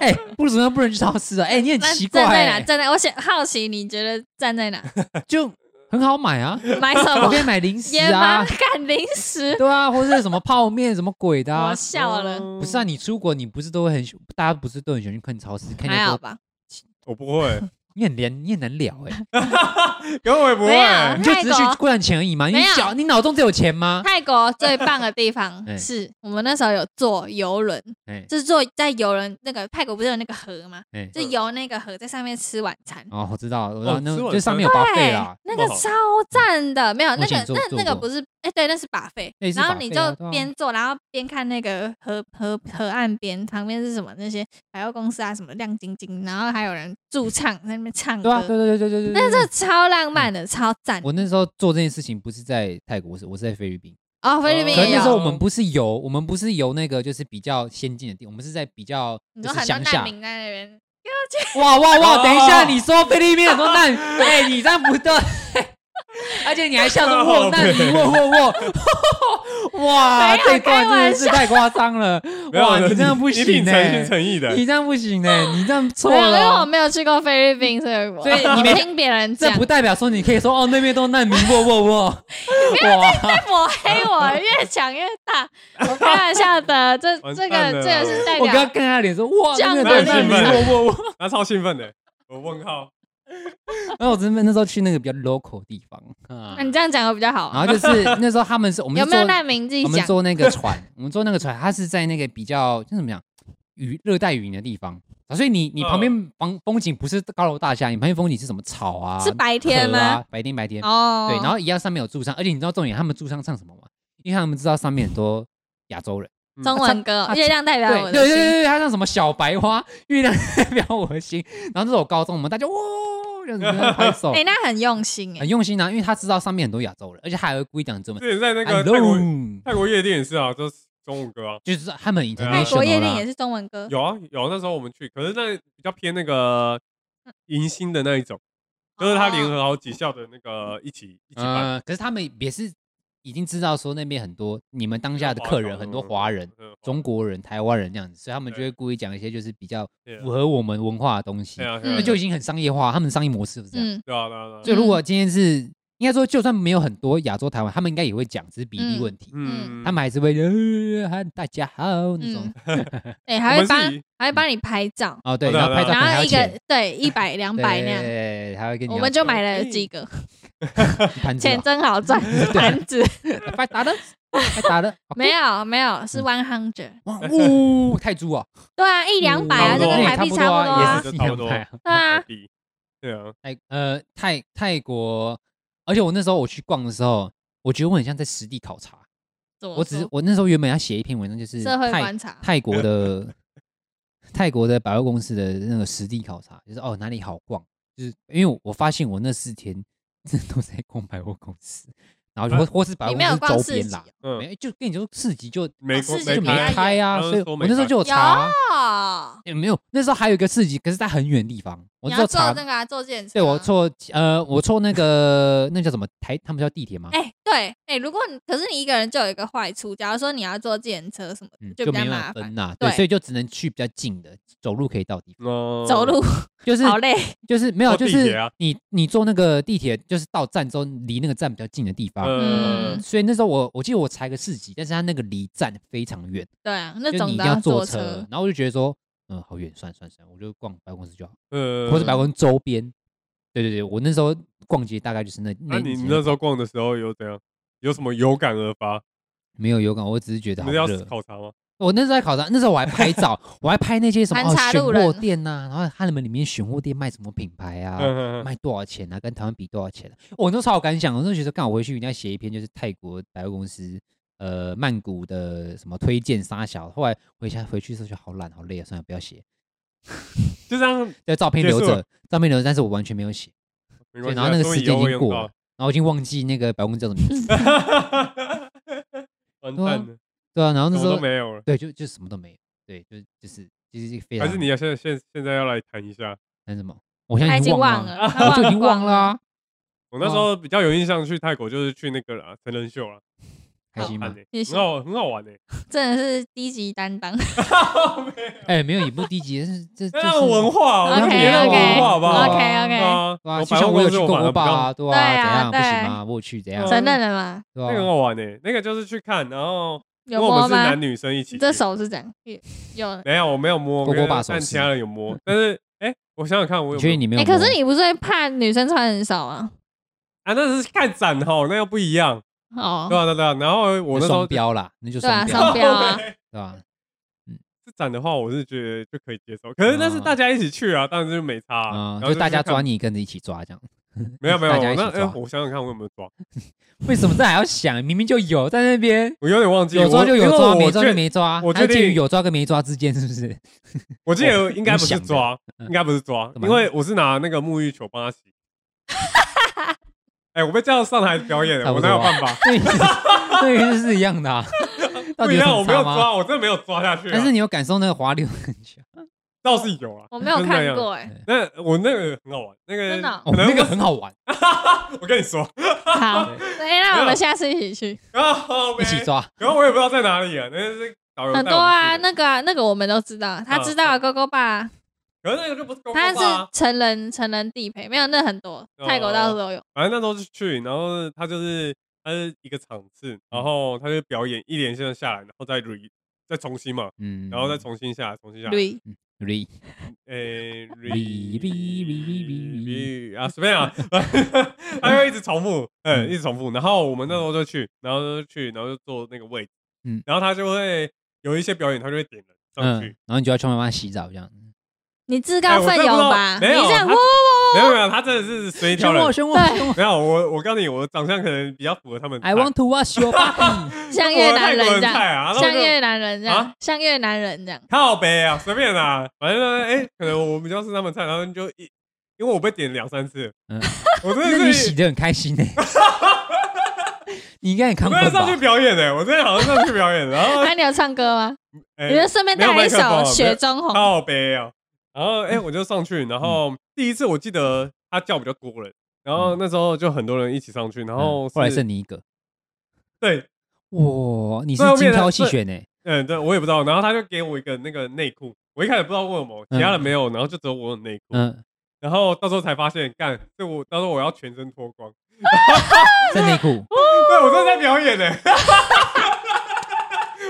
B: 哎、不怎么不能去超市啊？哎、你很
D: 那
B: 奇怪、
D: 站在哪？
B: 哎
D: 站在我想好奇，你觉得站 在哪
B: 就很好买啊，
D: 买什
B: 我
D: 么
B: 可？以买零食
D: 盐
B: 啊
D: 吗？，干零食？
B: 对啊，或者什么泡面什么鬼的、啊
D: 我。笑了，
A: 哦
B: 不是啊，你出国你不是都会很喜，大家不是都很喜欢去看超市，看
D: 还
B: 见
D: 好
B: 多
D: 吧？
A: 我不 会，
B: 你很连，你很难聊 哎、
A: 跟我也不
D: 没有啊
A: 会。
B: 你就只是去灌钱而已嘛。你
D: 没有
B: 脚，你脑中只有钱吗？
D: 泰国最棒的地方
B: 哎
D: 是我们那时候有坐游轮，
B: 哎
D: 就是坐在游轮那个泰国不是有那个河吗？
B: 哎，
D: 就游那个河，在上面吃晚餐。
B: 哦，我知道，我知道，
A: 哦
B: 那
A: 吃晚
B: 就上面有
D: 对，
B: 巴费啦。
D: 那
A: 不
D: 个
A: 好
D: 超赞的，没有那
B: 我以前
D: 个
B: 做
D: 那
B: 做
D: 那个
B: 过
D: 不是，哎、对，那是把费
B: 那也。是
D: 然后
B: buffet
D: 你
B: 啊
D: 就
B: 对啊
D: 边做，然后边看那个河河河岸边旁边是什么那些百货公司啊，什么亮晶晶，然后还有人驻唱在那边唱歌，
B: 对啊，对对对对对对。对
D: 那这超浪漫的，超赞的。
B: 嗯我那时候做这件事情不是在泰国，我是我是在菲律宾。
D: 哦，菲律
B: 可
D: 宾
A: 是
B: 能
D: 也
B: 那时候
D: 有，
B: 我们不是游，我们不是游那个就是比较先进的地，我们是在比较
D: 你
B: 就
D: 说
B: 是
D: 很
B: 乡
D: 多难
B: 下。
D: 民在那边，
B: 哇哇哇！
A: 哦
B: 等一下，你说菲律宾很多难，哎，你这样不对。而且你还笑说
A: 哦
B: 哇，难民，哇哇哇！ 哇，
D: 没有
B: 这段真的是太夸张了。
A: 没有
B: 哇，
A: 的
B: 你这样不
A: 你挺
B: 行
A: 诚心
B: 哎。
A: 诚意的。
B: 你这样不行呢、你这样错
D: 没啊有，因为我
B: 了哦。
D: 没有去过菲律宾，所以我
B: 所以你
D: 我
B: 没
D: 听别人
B: 这
D: 讲，
B: 不代表说你可以说哦，那边都难民，哇哇 哇！哇，
D: 在抹黑我，越讲越 大。我开玩笑的，这
A: 完
D: 这
A: 蛋
D: 个
A: 了
D: 这个是代
B: 我刚
D: 表
B: 刚看他脸说哇，
D: 这样
B: 那边都
D: 子
A: 那
B: 难
A: 兴
B: 民，
A: 奋，
B: 哇哇
A: 我我他超兴奋的， 我问号。
B: 然后我真的那时候去那个比较 local 的地方啊
D: 那，你这样讲的比较好、
B: 然
D: 啊。
B: 后就是那时候他们是我们
D: 嗯有
B: 是
D: 没
B: 坐
D: 有难民自己
B: 我们
D: 讲？
B: 坐那个船， 我们坐那个船，它是在那个比较就怎么讲，雨热带雨林的地方，啊所以你你旁边风风景不是高楼大厦，你旁边风景是什么草啊？
D: 是白天
B: 河
D: 吗
B: 啊？白天白天。
D: 哦，
B: 对，然后一样上面有驻唱，而且你知道重点，他们驻唱唱什么吗？因为他们知道上面很多亚洲人。
D: 中文歌
B: 他
D: 《月亮代表
B: 对对
D: 我的
B: 啊对
D: 心》
B: 对对，他唱什么小白花，月亮 代表我的心。然后这首高中我们大家哇，这样子在拍手
D: 哎、，那很用心哎、
B: 很用心啊，因为他知道上面很多亚洲人，而且还有故意讲中文。
A: 之前在那个泰国
B: Hello，
A: 泰国夜店也是啊，就是中午歌啊。
B: 就是他们以前
A: 对啊
D: 泰国夜
B: 啦
D: 店也是中文歌
A: 有啊有啊，那时候我们去，可是那比较偏那个迎新的那一种，就是他联合好几校的那个一起一起办。
B: 呃，可是他们也是已经知道说那边很多你们当下的客人，很多华人、
A: 嗯，
B: 中国人、台湾人这样子，所以他们就
A: 对
B: 会故意讲一些就是比较
A: 对啊
B: 符合我们文化的东西
A: 对，啊，
D: 嗯
A: 对
B: 那
A: 啊
B: 就已经很商业化，他们商业模式就是这样。
D: 嗯，
A: 对啊对啊对啊
B: 所以如果今天是应该说就算没有很多亚洲台湾，他们应该也会讲，只是比例问题，
A: 嗯，
B: 他们还是会呃喊大家好那种
D: 嗯。 对，还会
A: 我们是
D: 帮
A: 以
D: 还会帮你拍照，
B: 哦，对，
A: 对啊
B: 然后拍照
A: 对
B: 可能
D: 然
B: 还
D: 后
B: 要
D: 一
B: 钱
D: 个对一 百两百那样，
B: 对，还会跟你
D: 我
B: 要
D: 们就
B: 钱哎
D: 买
A: 哎
D: 了几个，
B: 盘子
D: 钱
B: 哦，
D: 真好赚，盘 子
B: 快打的，快打的，
D: 没有没有是 one hundred，
B: 哇，呜，泰铢哦，
D: 对啊，一两百
A: 差
D: 啊，
A: 不
D: 就
A: 多
D: 跟
A: 啊
D: 台币
B: 嗯
A: 也，
B: 差啊
D: 差不多啊
A: 是差不多
B: 一两百
D: 对啊
A: 台，币，对啊，
B: 泰呃泰泰国，而且我那时候我去逛的时候，我觉得我很像在实地考察。
D: 怎么
B: 我只是
D: 说
B: 我那时候原本要写一篇文章，就是
D: 社会
B: 泰
D: 观察，
B: 泰国 的泰国的百货公司的那个实地考察，就是哦哪里好逛，就是因为我发现我那四天真的都在逛百货公司，然后或、或是百货
D: 嗯你没有
B: 公司
D: 逛
B: 周
D: 市
B: 边
D: 集哦
B: 啦，
A: 嗯，
B: 没就跟你说市集就
A: 没
D: 市集
B: 就
A: 没
B: 没
D: 开
B: 开啊，
A: 他们
B: 所以
A: 说
B: 我
A: 没
B: 那时候
A: 开
B: 就有查啊，
D: 哦，
B: 也没有那时候还有一个市集，可是在很远的地方，我那时
D: 你
B: 候
D: 要坐
B: 查，
D: 那个啊坐电车，
B: 对我。坐呃我坐那个那叫什么台，他们叫地铁吗？
D: 哎、对，哎、如果你可是你一个人就有一个坏处，假如说你要坐自行车什么的，
B: 嗯，
D: 就
B: 就
D: 比较
B: 没
D: 麻
B: 有
D: 烦
B: 分。呐，对，
D: 对
B: 所以就只能去比较近的，走路可以到的地方。
A: 哦
D: 走路
B: 就是
D: 好累，
B: 就是没有，
A: 坐
B: 就
A: 地
B: 是
A: 铁啊
B: 你你坐那个地铁，就是到站之后离那个站比较近的地方。
A: 呃
D: 嗯
B: 所以那时候我我记得我查一个市集，但是它那个离站非常远，
D: 对啊，那
B: 就
D: 种
B: 你一
D: 都
B: 定要坐
D: 坐
B: 车。然后我就觉得说，嗯，好远，算算算，我就逛百货公司就好，
A: 呃，
B: 或者百货公司周边。对对对，我那时候逛街大概就是那
A: 那
B: 那
A: 啊你
B: 几
A: 你
B: 天
A: 那时候逛的时候有怎样？有什么有感而发？
B: 没有有感，我只是觉
A: 你
B: 得好
A: 们要
B: 热。
A: 考察吗？
B: 我那时候在考察，那时候我还拍照， 我还拍那些什么
D: 盘
B: 哦
D: 查
B: 选
D: 路人
B: 货店呐、然后他们里面选货店卖什么品牌啊，
A: 嗯嗯嗯
B: 卖多少钱啊？跟台湾比多少钱、啊？我那时候好敢想，我那时候觉得，干我回去一定要写一篇，就是泰国百货公司，呃，曼谷的什么推荐沙小。后来回家回去的时候就好懒好累啊，算了，不要写。
A: 就啊这样
B: 这照片
A: 结束
B: 留 着
A: 了，
B: 照片留着，但是我完全没有写，
A: 没
B: 所
A: 关
B: 以
A: 系
B: 然
A: 啊，
B: 后那个
A: 终于
B: 时间已
A: 有
B: 经过了，然后我已经忘记那个百货公司叫什么名字。
A: 用到， 完
B: 对
A: 蛋了，
B: 啊对啊，然后
A: 什么
B: 那时
A: 都
B: 候
A: 没有了。
B: 对，就就什么都没有，对，就就是就是非常
A: 还是你要现在现现在要来谈一下？
B: 那什么，我现
D: 他
B: 在
D: 已
B: 已
D: 经
B: 经
D: 忘
B: 哎忘哦
D: 了，他
B: 我就已经
D: 光
B: 忘了 啊，
A: 我那时候比较有印象去泰国就是去那个啦，成人秀啦，
B: 啊开心
A: 看
B: 吗？
A: 欸
D: 谢谢
A: 很好很好玩 诶。
D: 真的是低级担当。
B: 哎，没有也不低级，是这这
A: 那
B: 是
A: 文化，我
D: OK
A: 们体
D: OK
A: 验 文化好不好？
D: OK
A: 对
D: OK，
A: 啊
B: 对啊，
A: 我
B: 就
A: 百货
B: 像我
A: 公
B: 有
A: 司
B: 去
A: 我
B: 过
A: 反而
B: 我
A: 不
B: 爸
A: 刚，
B: 啊，对啊，
D: 对
B: 怎
D: 啊
B: 样不行
D: 对
B: 吗？我有去怎
A: 嗯
B: 样？
D: 承认了吗？
B: 对
A: 那个很
B: 啊，
A: 好玩诶，那个就是去看，然后因
D: 有
A: 为我们
D: 摸
A: 是
D: 吗
A: 男？女生一起去，
D: 你这手是这样，有。
A: 没有我没有摸，
B: 勾
A: 我
B: 勾
A: 跟
B: 把手
A: 但
B: 势
A: 其他人有摸，但是哎，我想想看，我
B: 你
A: 有
B: 确
A: 没有
B: 定你没有
D: 哎，
B: 摸？
D: 可是你不是会怕女生穿很少吗？
A: 啊，那是看展哈，那又不一样，对
D: 哦，
A: 啊对啊对啊。然后我
B: 那
A: 那时候
B: 双标啦，那就
D: 对啊
B: 双
D: 双
B: 标，
D: 标啊
B: 对吧？
A: 这展的话，我是觉得就可以接受，可是那是大家一起去啊，当然就没差啊，
B: 啊，
A: 然后
B: 嗯就大
A: 去
B: 家
A: 看
B: 抓你跟着一起抓这样。
A: 没有没有，
B: 大家一
A: 我
B: 起
A: 那哎
B: 抓
A: 我想想看我有没有抓，
B: 为什么这还要想？明明就有在那边，
A: 我有点忘记，
B: 有抓
A: 我
B: 就
A: 因
B: 有
A: 为
B: 抓，
A: 我
B: 没抓
A: 确
B: 就没抓。
A: 我
B: 它
A: 确定
B: 介于有抓跟没抓之间，是 不是？
A: 我记得应该不
B: 我
A: 是
B: 哦想的
A: 抓，
B: 嗯
A: 应该不是抓，
B: 干嘛
A: 因为我是拿那个沐浴球帮他 洗。哎、我被叫上台表演
B: 差
A: 了，
B: 不
A: 我
B: 多
A: 哪
B: 啊
A: 有办法？
B: 对，对，就是一样 的啊。到
A: 不
B: 底
A: 一
B: 有
A: 样，
B: 什
A: 我
B: 么
A: 没
B: 差
A: 有
B: 吗？
A: 抓，我真的没有抓下去、啊。
B: 但是你有感受那个滑溜的感 觉？啊
A: 倒是有啊，
D: 我没有
A: 就是那
D: 看
A: 样。
D: 过哎。
A: 那我那个很好玩，那个
D: 真的哦
B: 哦，
A: 可能
B: 那个
A: 我
B: 很好玩，
A: 我跟你说
D: 好，哎，那我
A: 没有
D: 们下次一起去。
A: 啊，
B: 一起。抓。
A: 然后我也不知道在哪里啊，那是导游带我
D: 很
A: 们
D: 多啊，
A: 去的
D: 那个啊那个我们都知道，他知道
A: 啊
D: 啊勾勾爸，
A: 可是那个就不是公
D: 他
A: 共吧、
D: 是成人成人地陪，没有那很多，
A: 哦
D: 泰国到处都有。
A: 反正那时候是去，然后他就是他是一个场次，
B: 嗯
A: 然后他就表演一连线下来，然后再 re 再重新嘛，
B: 嗯，
A: 然后再重新下来，重新下来。
D: 对，
B: re
A: 诶，
B: 哩哩哩哩哩
A: 啊，随便啊， 他会一直重复，嗯，一直重复。然后我们那时候就去，然后就去，然后就坐那个位置，
B: 嗯
A: 然后他就会有一些表演，他就会点人上
B: 嗯
A: 去。，
B: 然后你就要去妈妈洗澡这样。
D: 你自告奋勇吧，
A: 哎我真的不知道没有
D: 你这样
A: 他
D: 哇哇
A: 没有没有，他真的是随挑人。
B: 选
D: 对
B: 选我
A: 没有，我我告诉你，我长相可能比较符合他们的菜。
B: ！I want to watch your body。
D: 哇，像越南人这
A: 菜啊，
D: 样，
A: 然后
D: 像
A: 就
D: 越南人这样
A: 啊，
D: 像越南人这样，
A: 靠背啊，随便啦、 反正哎、诶可能我比较是他们菜，然后就一，因为我被点两三 次，
B: 嗯
A: 我真
B: 那
A: 的
B: 你
A: 是
B: 洗的很开 心呢，你应该很亢
A: 我真的
B: 奋
A: 上去
B: 吧？
A: 表演哎、我真的好像上去表演，然 后
D: 那你有唱歌吗？
A: 哎、
D: 你就顺便带
A: 没
D: 来
A: 有
D: 一首
A: 麦克风啊
D: 《
A: 没有
D: 雪中红》
A: 靠背啊，然后
B: 嗯
A: 哎、诶我就上去，然后第一次我记得他叫比较多人，然后那时候就很多人一起上去，然后
B: 嗯后来
A: 是
B: 剩你一个，
A: 对，
B: 哇，你是
A: 最后
B: 精
A: 面的
B: 挑细
A: 最
B: 选呢。
A: 嗯，对我也不知道，然后他就给我一个那个内裤，我一开始不知道为什么，其他人没有，然后就只有我有内裤，
B: 嗯，
A: 然后到时候才发现，干，这我到时候我要全身脱光，
B: 在 内裤，
A: 对我真的在表演呢、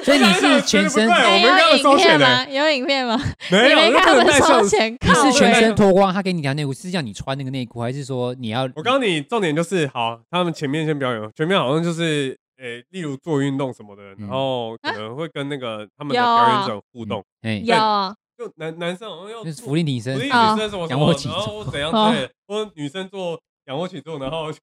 B: 所以你是全身，
A: 我
D: 哎
A: 们刚刚
D: 有
A: 有收
D: 影片
A: 钱呢
D: 吗？有影片吗？
A: 没
D: 你
A: 有，
D: 没
A: 那
D: 看
A: 不能
D: 我
A: 带上
D: 收。钱，
B: 你
D: 靠
B: 是全
D: 北
B: 身脱光，他给你条内裤，是叫你穿那个内裤，还是说你要？
A: 我告诉你，重点就是好，他们前面先表演，前面好像就是诶、例如做运动什么的，
B: 嗯
A: 然后可能会跟那个他们的
D: 有
A: 表演
D: 啊
A: 者互动，
B: 哎，
D: 有啊
A: 就男男生好像要
B: 就是福利挺
A: 我
B: 身
A: 的，意
D: 哦
A: 思是什么什
B: 仰卧
A: 么，
B: 起
A: 然后我
B: 坐
A: 怎样之类的，或者女生做仰卧起坐，然后就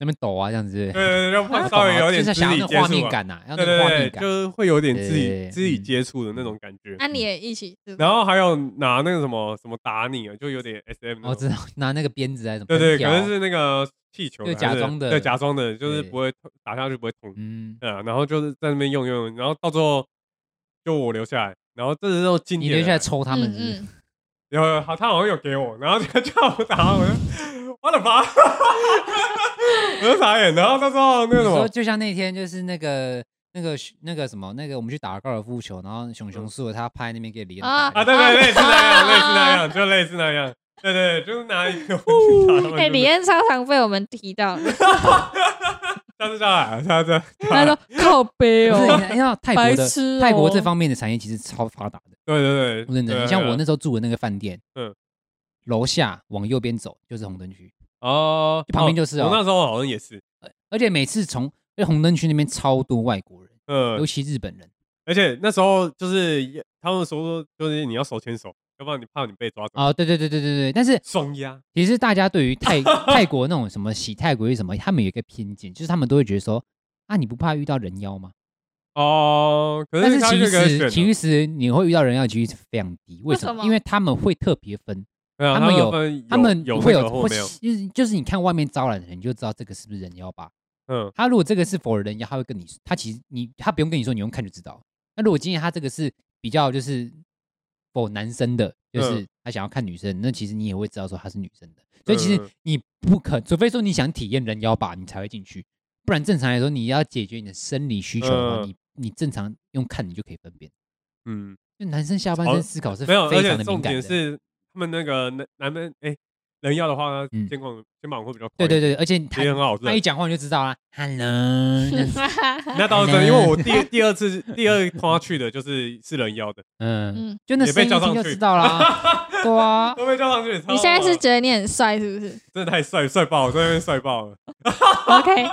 B: 那边抖啊，这样子，
A: 对对对，让
B: 要
A: 碰
B: 抖啊
A: 稍微有点
B: 就
A: 肢
B: 是想要
A: 体
B: 那
A: 接
B: 个画
A: 触
B: 面
A: 嘛，
B: 感啊呐，要那
A: 对
B: 个画
A: 对对，
B: 面感，
A: 就是会有点
B: 对
A: 肢体肢体
B: 嗯
A: 接触的那种感觉。
D: 那你也一起是不是
A: 然后还有拿那个什么什么打你啊，就有点 S M
B: 我知道拿那个鞭子还是什么，啊
A: 对对，
B: 藤条
A: 可能是那个气球
B: 对
A: 还是，
B: 假装的
A: 对假装的，就是
B: 对
A: 不会痛打下去不会痛，
B: 嗯，
A: 对啊，然后就是在那边用用，用然后到最后就我留下来，然后这时候经
B: 你
A: 典
B: 留下来
A: 了，
B: 抽他们是不是，
D: 嗯
A: 有有好，他好像有给我，然后就 叫我打，我就我的妈， 我就傻眼，然后到最后那个
B: 你
A: 什么
B: 说，就像那天就是那个那个那个什么那个我们去打高尔夫球，然后
A: 嗯
B: 熊熊素了他拍那边给李
D: 啊
B: 安
A: 啊，
B: 打，
A: 对对，类似那样，
D: 啊
A: 类似那样，就类似那样，对对，对就是拿一个东西打他
D: 嗯，
A: 们
D: 哎，
A: 就
D: 李
A: 是，
D: 恩超常被我们提 到的，
A: 下次再来，下次再来，
D: 他 说靠背
A: 哎
B: 不
D: 哦
B: 是，你看要泰国
D: 白
B: 的
D: 痴哦
B: 泰国这方面的产业其实超发达的。
A: 对对对，
B: 真的，
A: 对
B: 你像
A: 对
B: 我那时候住的那个饭店，
A: 嗯
B: 嗯，楼下往右边走就是红灯区，
A: 哦，
B: 旁边就是
A: 哦
B: 哦
A: 我那时候好像也是，
B: 而且每次从因为红灯区那边超多外国人，
A: 嗯
B: 尤，其日本人
A: 而且那时候就是也他们说就是你要手牵手，要不然你怕你被抓走，
B: 啊，对对对对对对。但是
A: 双压，
B: 其实大家对于 泰泰国那种什么洗泰国浴什么，他们有一个偏见，就是他们都会觉得说啊，你不怕遇到人妖吗？
A: 哦，可
B: 但是
A: 他
B: 其
A: 就可以
B: 实
A: 选哦
B: 其
A: 了，
B: 实你会遇到人妖的几率是非常低，为
D: 为
B: 什
D: 什
B: 么？
D: 么
B: 因为他们会特别分，
A: 对啊
B: 他们有
A: 分
B: 他们
A: 有
B: 会
A: 那个
B: 有
A: 或
B: 会
A: 没有，
B: 就是就是你看外面招揽的人，你就知道这个是不是人妖吧。
A: 嗯，
B: 他如果这个是否人妖，他会跟你，他其实你他不用跟你说，你用看就知道。那如果今天他这个是比较就是否男生的，
A: 嗯
B: 就是他想要看女生，那其实你也会知道说他是女生的。所以
A: 嗯
B: 其实你不可，除非说你想体验人妖吧，你才会进去。不然正常来说，你要解决你的生理需求的话，
A: 嗯
B: 你你正常用看你就可以分辨。
A: 嗯，
B: 就男生下半身思考是
A: 没有，而
B: 非
A: 且
B: 常的
A: 重
B: 敏感
A: 点
B: 的。
A: 是他们那个男男们哎，人要的话，他
B: 嗯
A: 肩膀肩膀会比较宽，
B: 对对对，而且他
A: 也很好
B: 他一
A: 认。
B: 讲话你就知道啦。Hello，这样子
A: 那倒是真的，因为我第 第二次第二趟去的就是是人妖的，
B: 嗯
D: 嗯，
B: 就那
A: 也
B: 声
A: 被
B: 音
A: 叫
B: 一
A: 上
B: 听就
A: 去
B: 知 道啦。对啊，
A: 都被叫上去。
D: 你现在是
A: 超
D: 觉得你很帅是不是
A: 真的太帅帅爆了，在那边帅爆了。
D: ？OK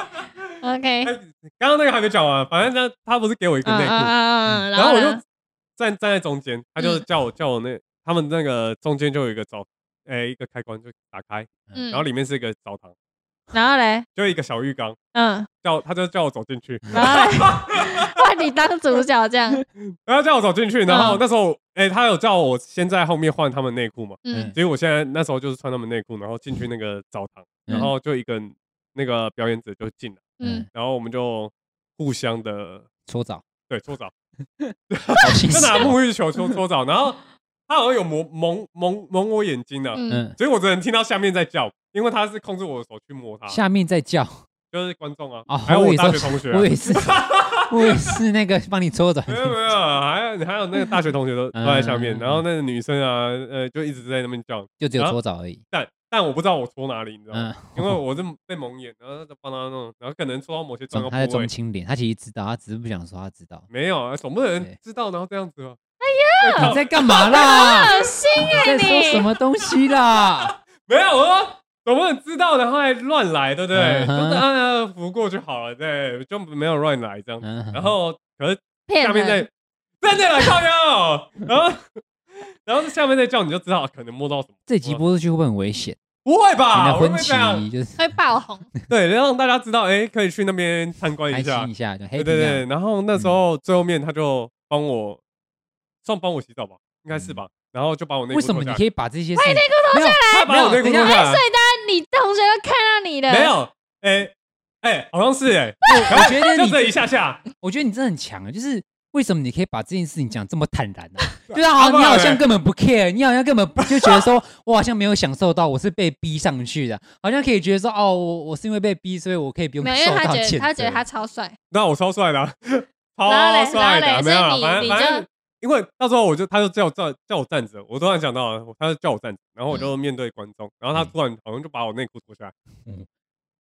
D: OK，
A: 哎刚刚那个还没讲完，反正他他不是给我一个
D: 嗯
A: 内
D: 嗯
A: 裤，
D: 嗯，
A: 然后我就
D: 呢嗯
A: 站站在中间，他就叫我叫我那他们那个中间就有一个澡，哎，一个开关就打开，
D: 嗯
A: 然后里面是一个澡堂，
D: 然后嘞，
A: 就一个小浴缸，
D: 嗯，
A: 叫他就叫我走进去，
D: 然 后嘞，哇，你当主角这样，
A: 然后叫我走进去，然后
D: 嗯
A: 那时候哎，他有叫我先在后面换他们内裤嘛，
D: 嗯
A: 所以我现在那时候就是穿他们内裤，然后进去那个澡堂，然后就一个那个表演者就进来，
D: 嗯，
A: 然后我们就互相的
B: 搓澡，
A: 对搓澡。
B: 好哦心
A: 就
B: 酸
A: 拿沐浴球搓搓澡，然后他好像有蒙蒙蒙蒙我眼睛的、啊，
D: 嗯，
B: 嗯，
A: 所以我只能听到下面在叫，因为他是控制我的手去摸他，
B: 下面在叫
A: 就是观众啊，
B: 哦
A: 还有
B: 我
A: 我
B: 以为
A: 大学
B: 说
A: 同学、啊
B: 我，也是，我也是那个帮你搓澡，
A: 没有没有，还有还有那个大学同学 都
B: 嗯
A: 都在下面，
B: 嗯
A: 然后那个女生啊，呃，就一直在那边叫，
B: 就只有搓澡而已。
A: 但但我不知道我搓哪里，你知道吗？
B: 嗯，
A: 因 为我是被蒙眼，然后他就帮他弄，然后可能搓到某些重
B: 总
A: 要
B: 他在
A: 部位
B: 装，清廉，他其实知道，他只是不想说他知道。
A: 没有啊，总不能
B: 对
A: 知道然后这样子哦吧？
B: 你在干嘛啦？
D: 恶心
B: 在
D: 哎
B: 说什
D: 你，
B: 么东西 啦？
A: 没有啊，总不能知道然后还乱来，对不对？
B: 嗯哼
A: 就是按按扶过就好了，对，就没有乱来这样。
B: 嗯，
A: 然后可是
D: 骗
A: 下面再
D: 人，
A: 真的来靠腰，哦然后然后下面再叫你就知道可能摸到什么。
B: 这集播出去会不会很危险？
A: 不会
B: 你
A: 吧？
B: 的
A: 啊我会不
B: 婚
A: 会这样
B: 期就是
D: 会爆红，
A: 对，让大家知道，哎，可以去那边参观
B: 开
A: 一下
B: 心一。下，就啊
A: 对
B: 黑
A: 对对，然后
B: 嗯
A: 那时候最后面他就帮我，算帮我洗澡吧，应该是吧。然后就把我内裤
B: 嗯为什
A: 脱
B: 么你
A: 下来
B: 可以把这些事情？没有
A: 他把我内
B: 没
A: 裤
B: 有等一下哎
A: 脱下来
D: 哎所？以当你同学都看到你的，
A: 没，有，哎哎，好像是哎，
B: 哦我觉得
A: 就
B: 你
A: 这一下下，
B: 我觉得你真的很强啊，就是为什么你可以把这件事情讲这么坦 然呢、对
A: 啊
B: 啊，
A: 不
B: 你
A: 然
B: 好
A: 嘞
B: 像根本不 care，你好像根本不就觉得说，我好像没有享受到，我是被逼上去的，好像可以觉得说，哦，我我是因为被逼，所以我可以不用
D: 没有，因
B: 受
D: 为他
B: 到
D: 觉
B: 谴
D: 得
B: 责。
D: 他觉得他超帅，
A: 那我超帅的啊、
D: 然后嘞
A: 超帅的啊，
D: 然后嘞
A: 没有啦，啊
D: 所以
A: 反正
D: 你你
A: 反正
D: 就，
A: 因为到时候我就他就叫我站叫我站着，我突然想到了，他就叫我站着，然后我就面对观众，然后他突然好像就把我内裤脱下来，
D: 嗯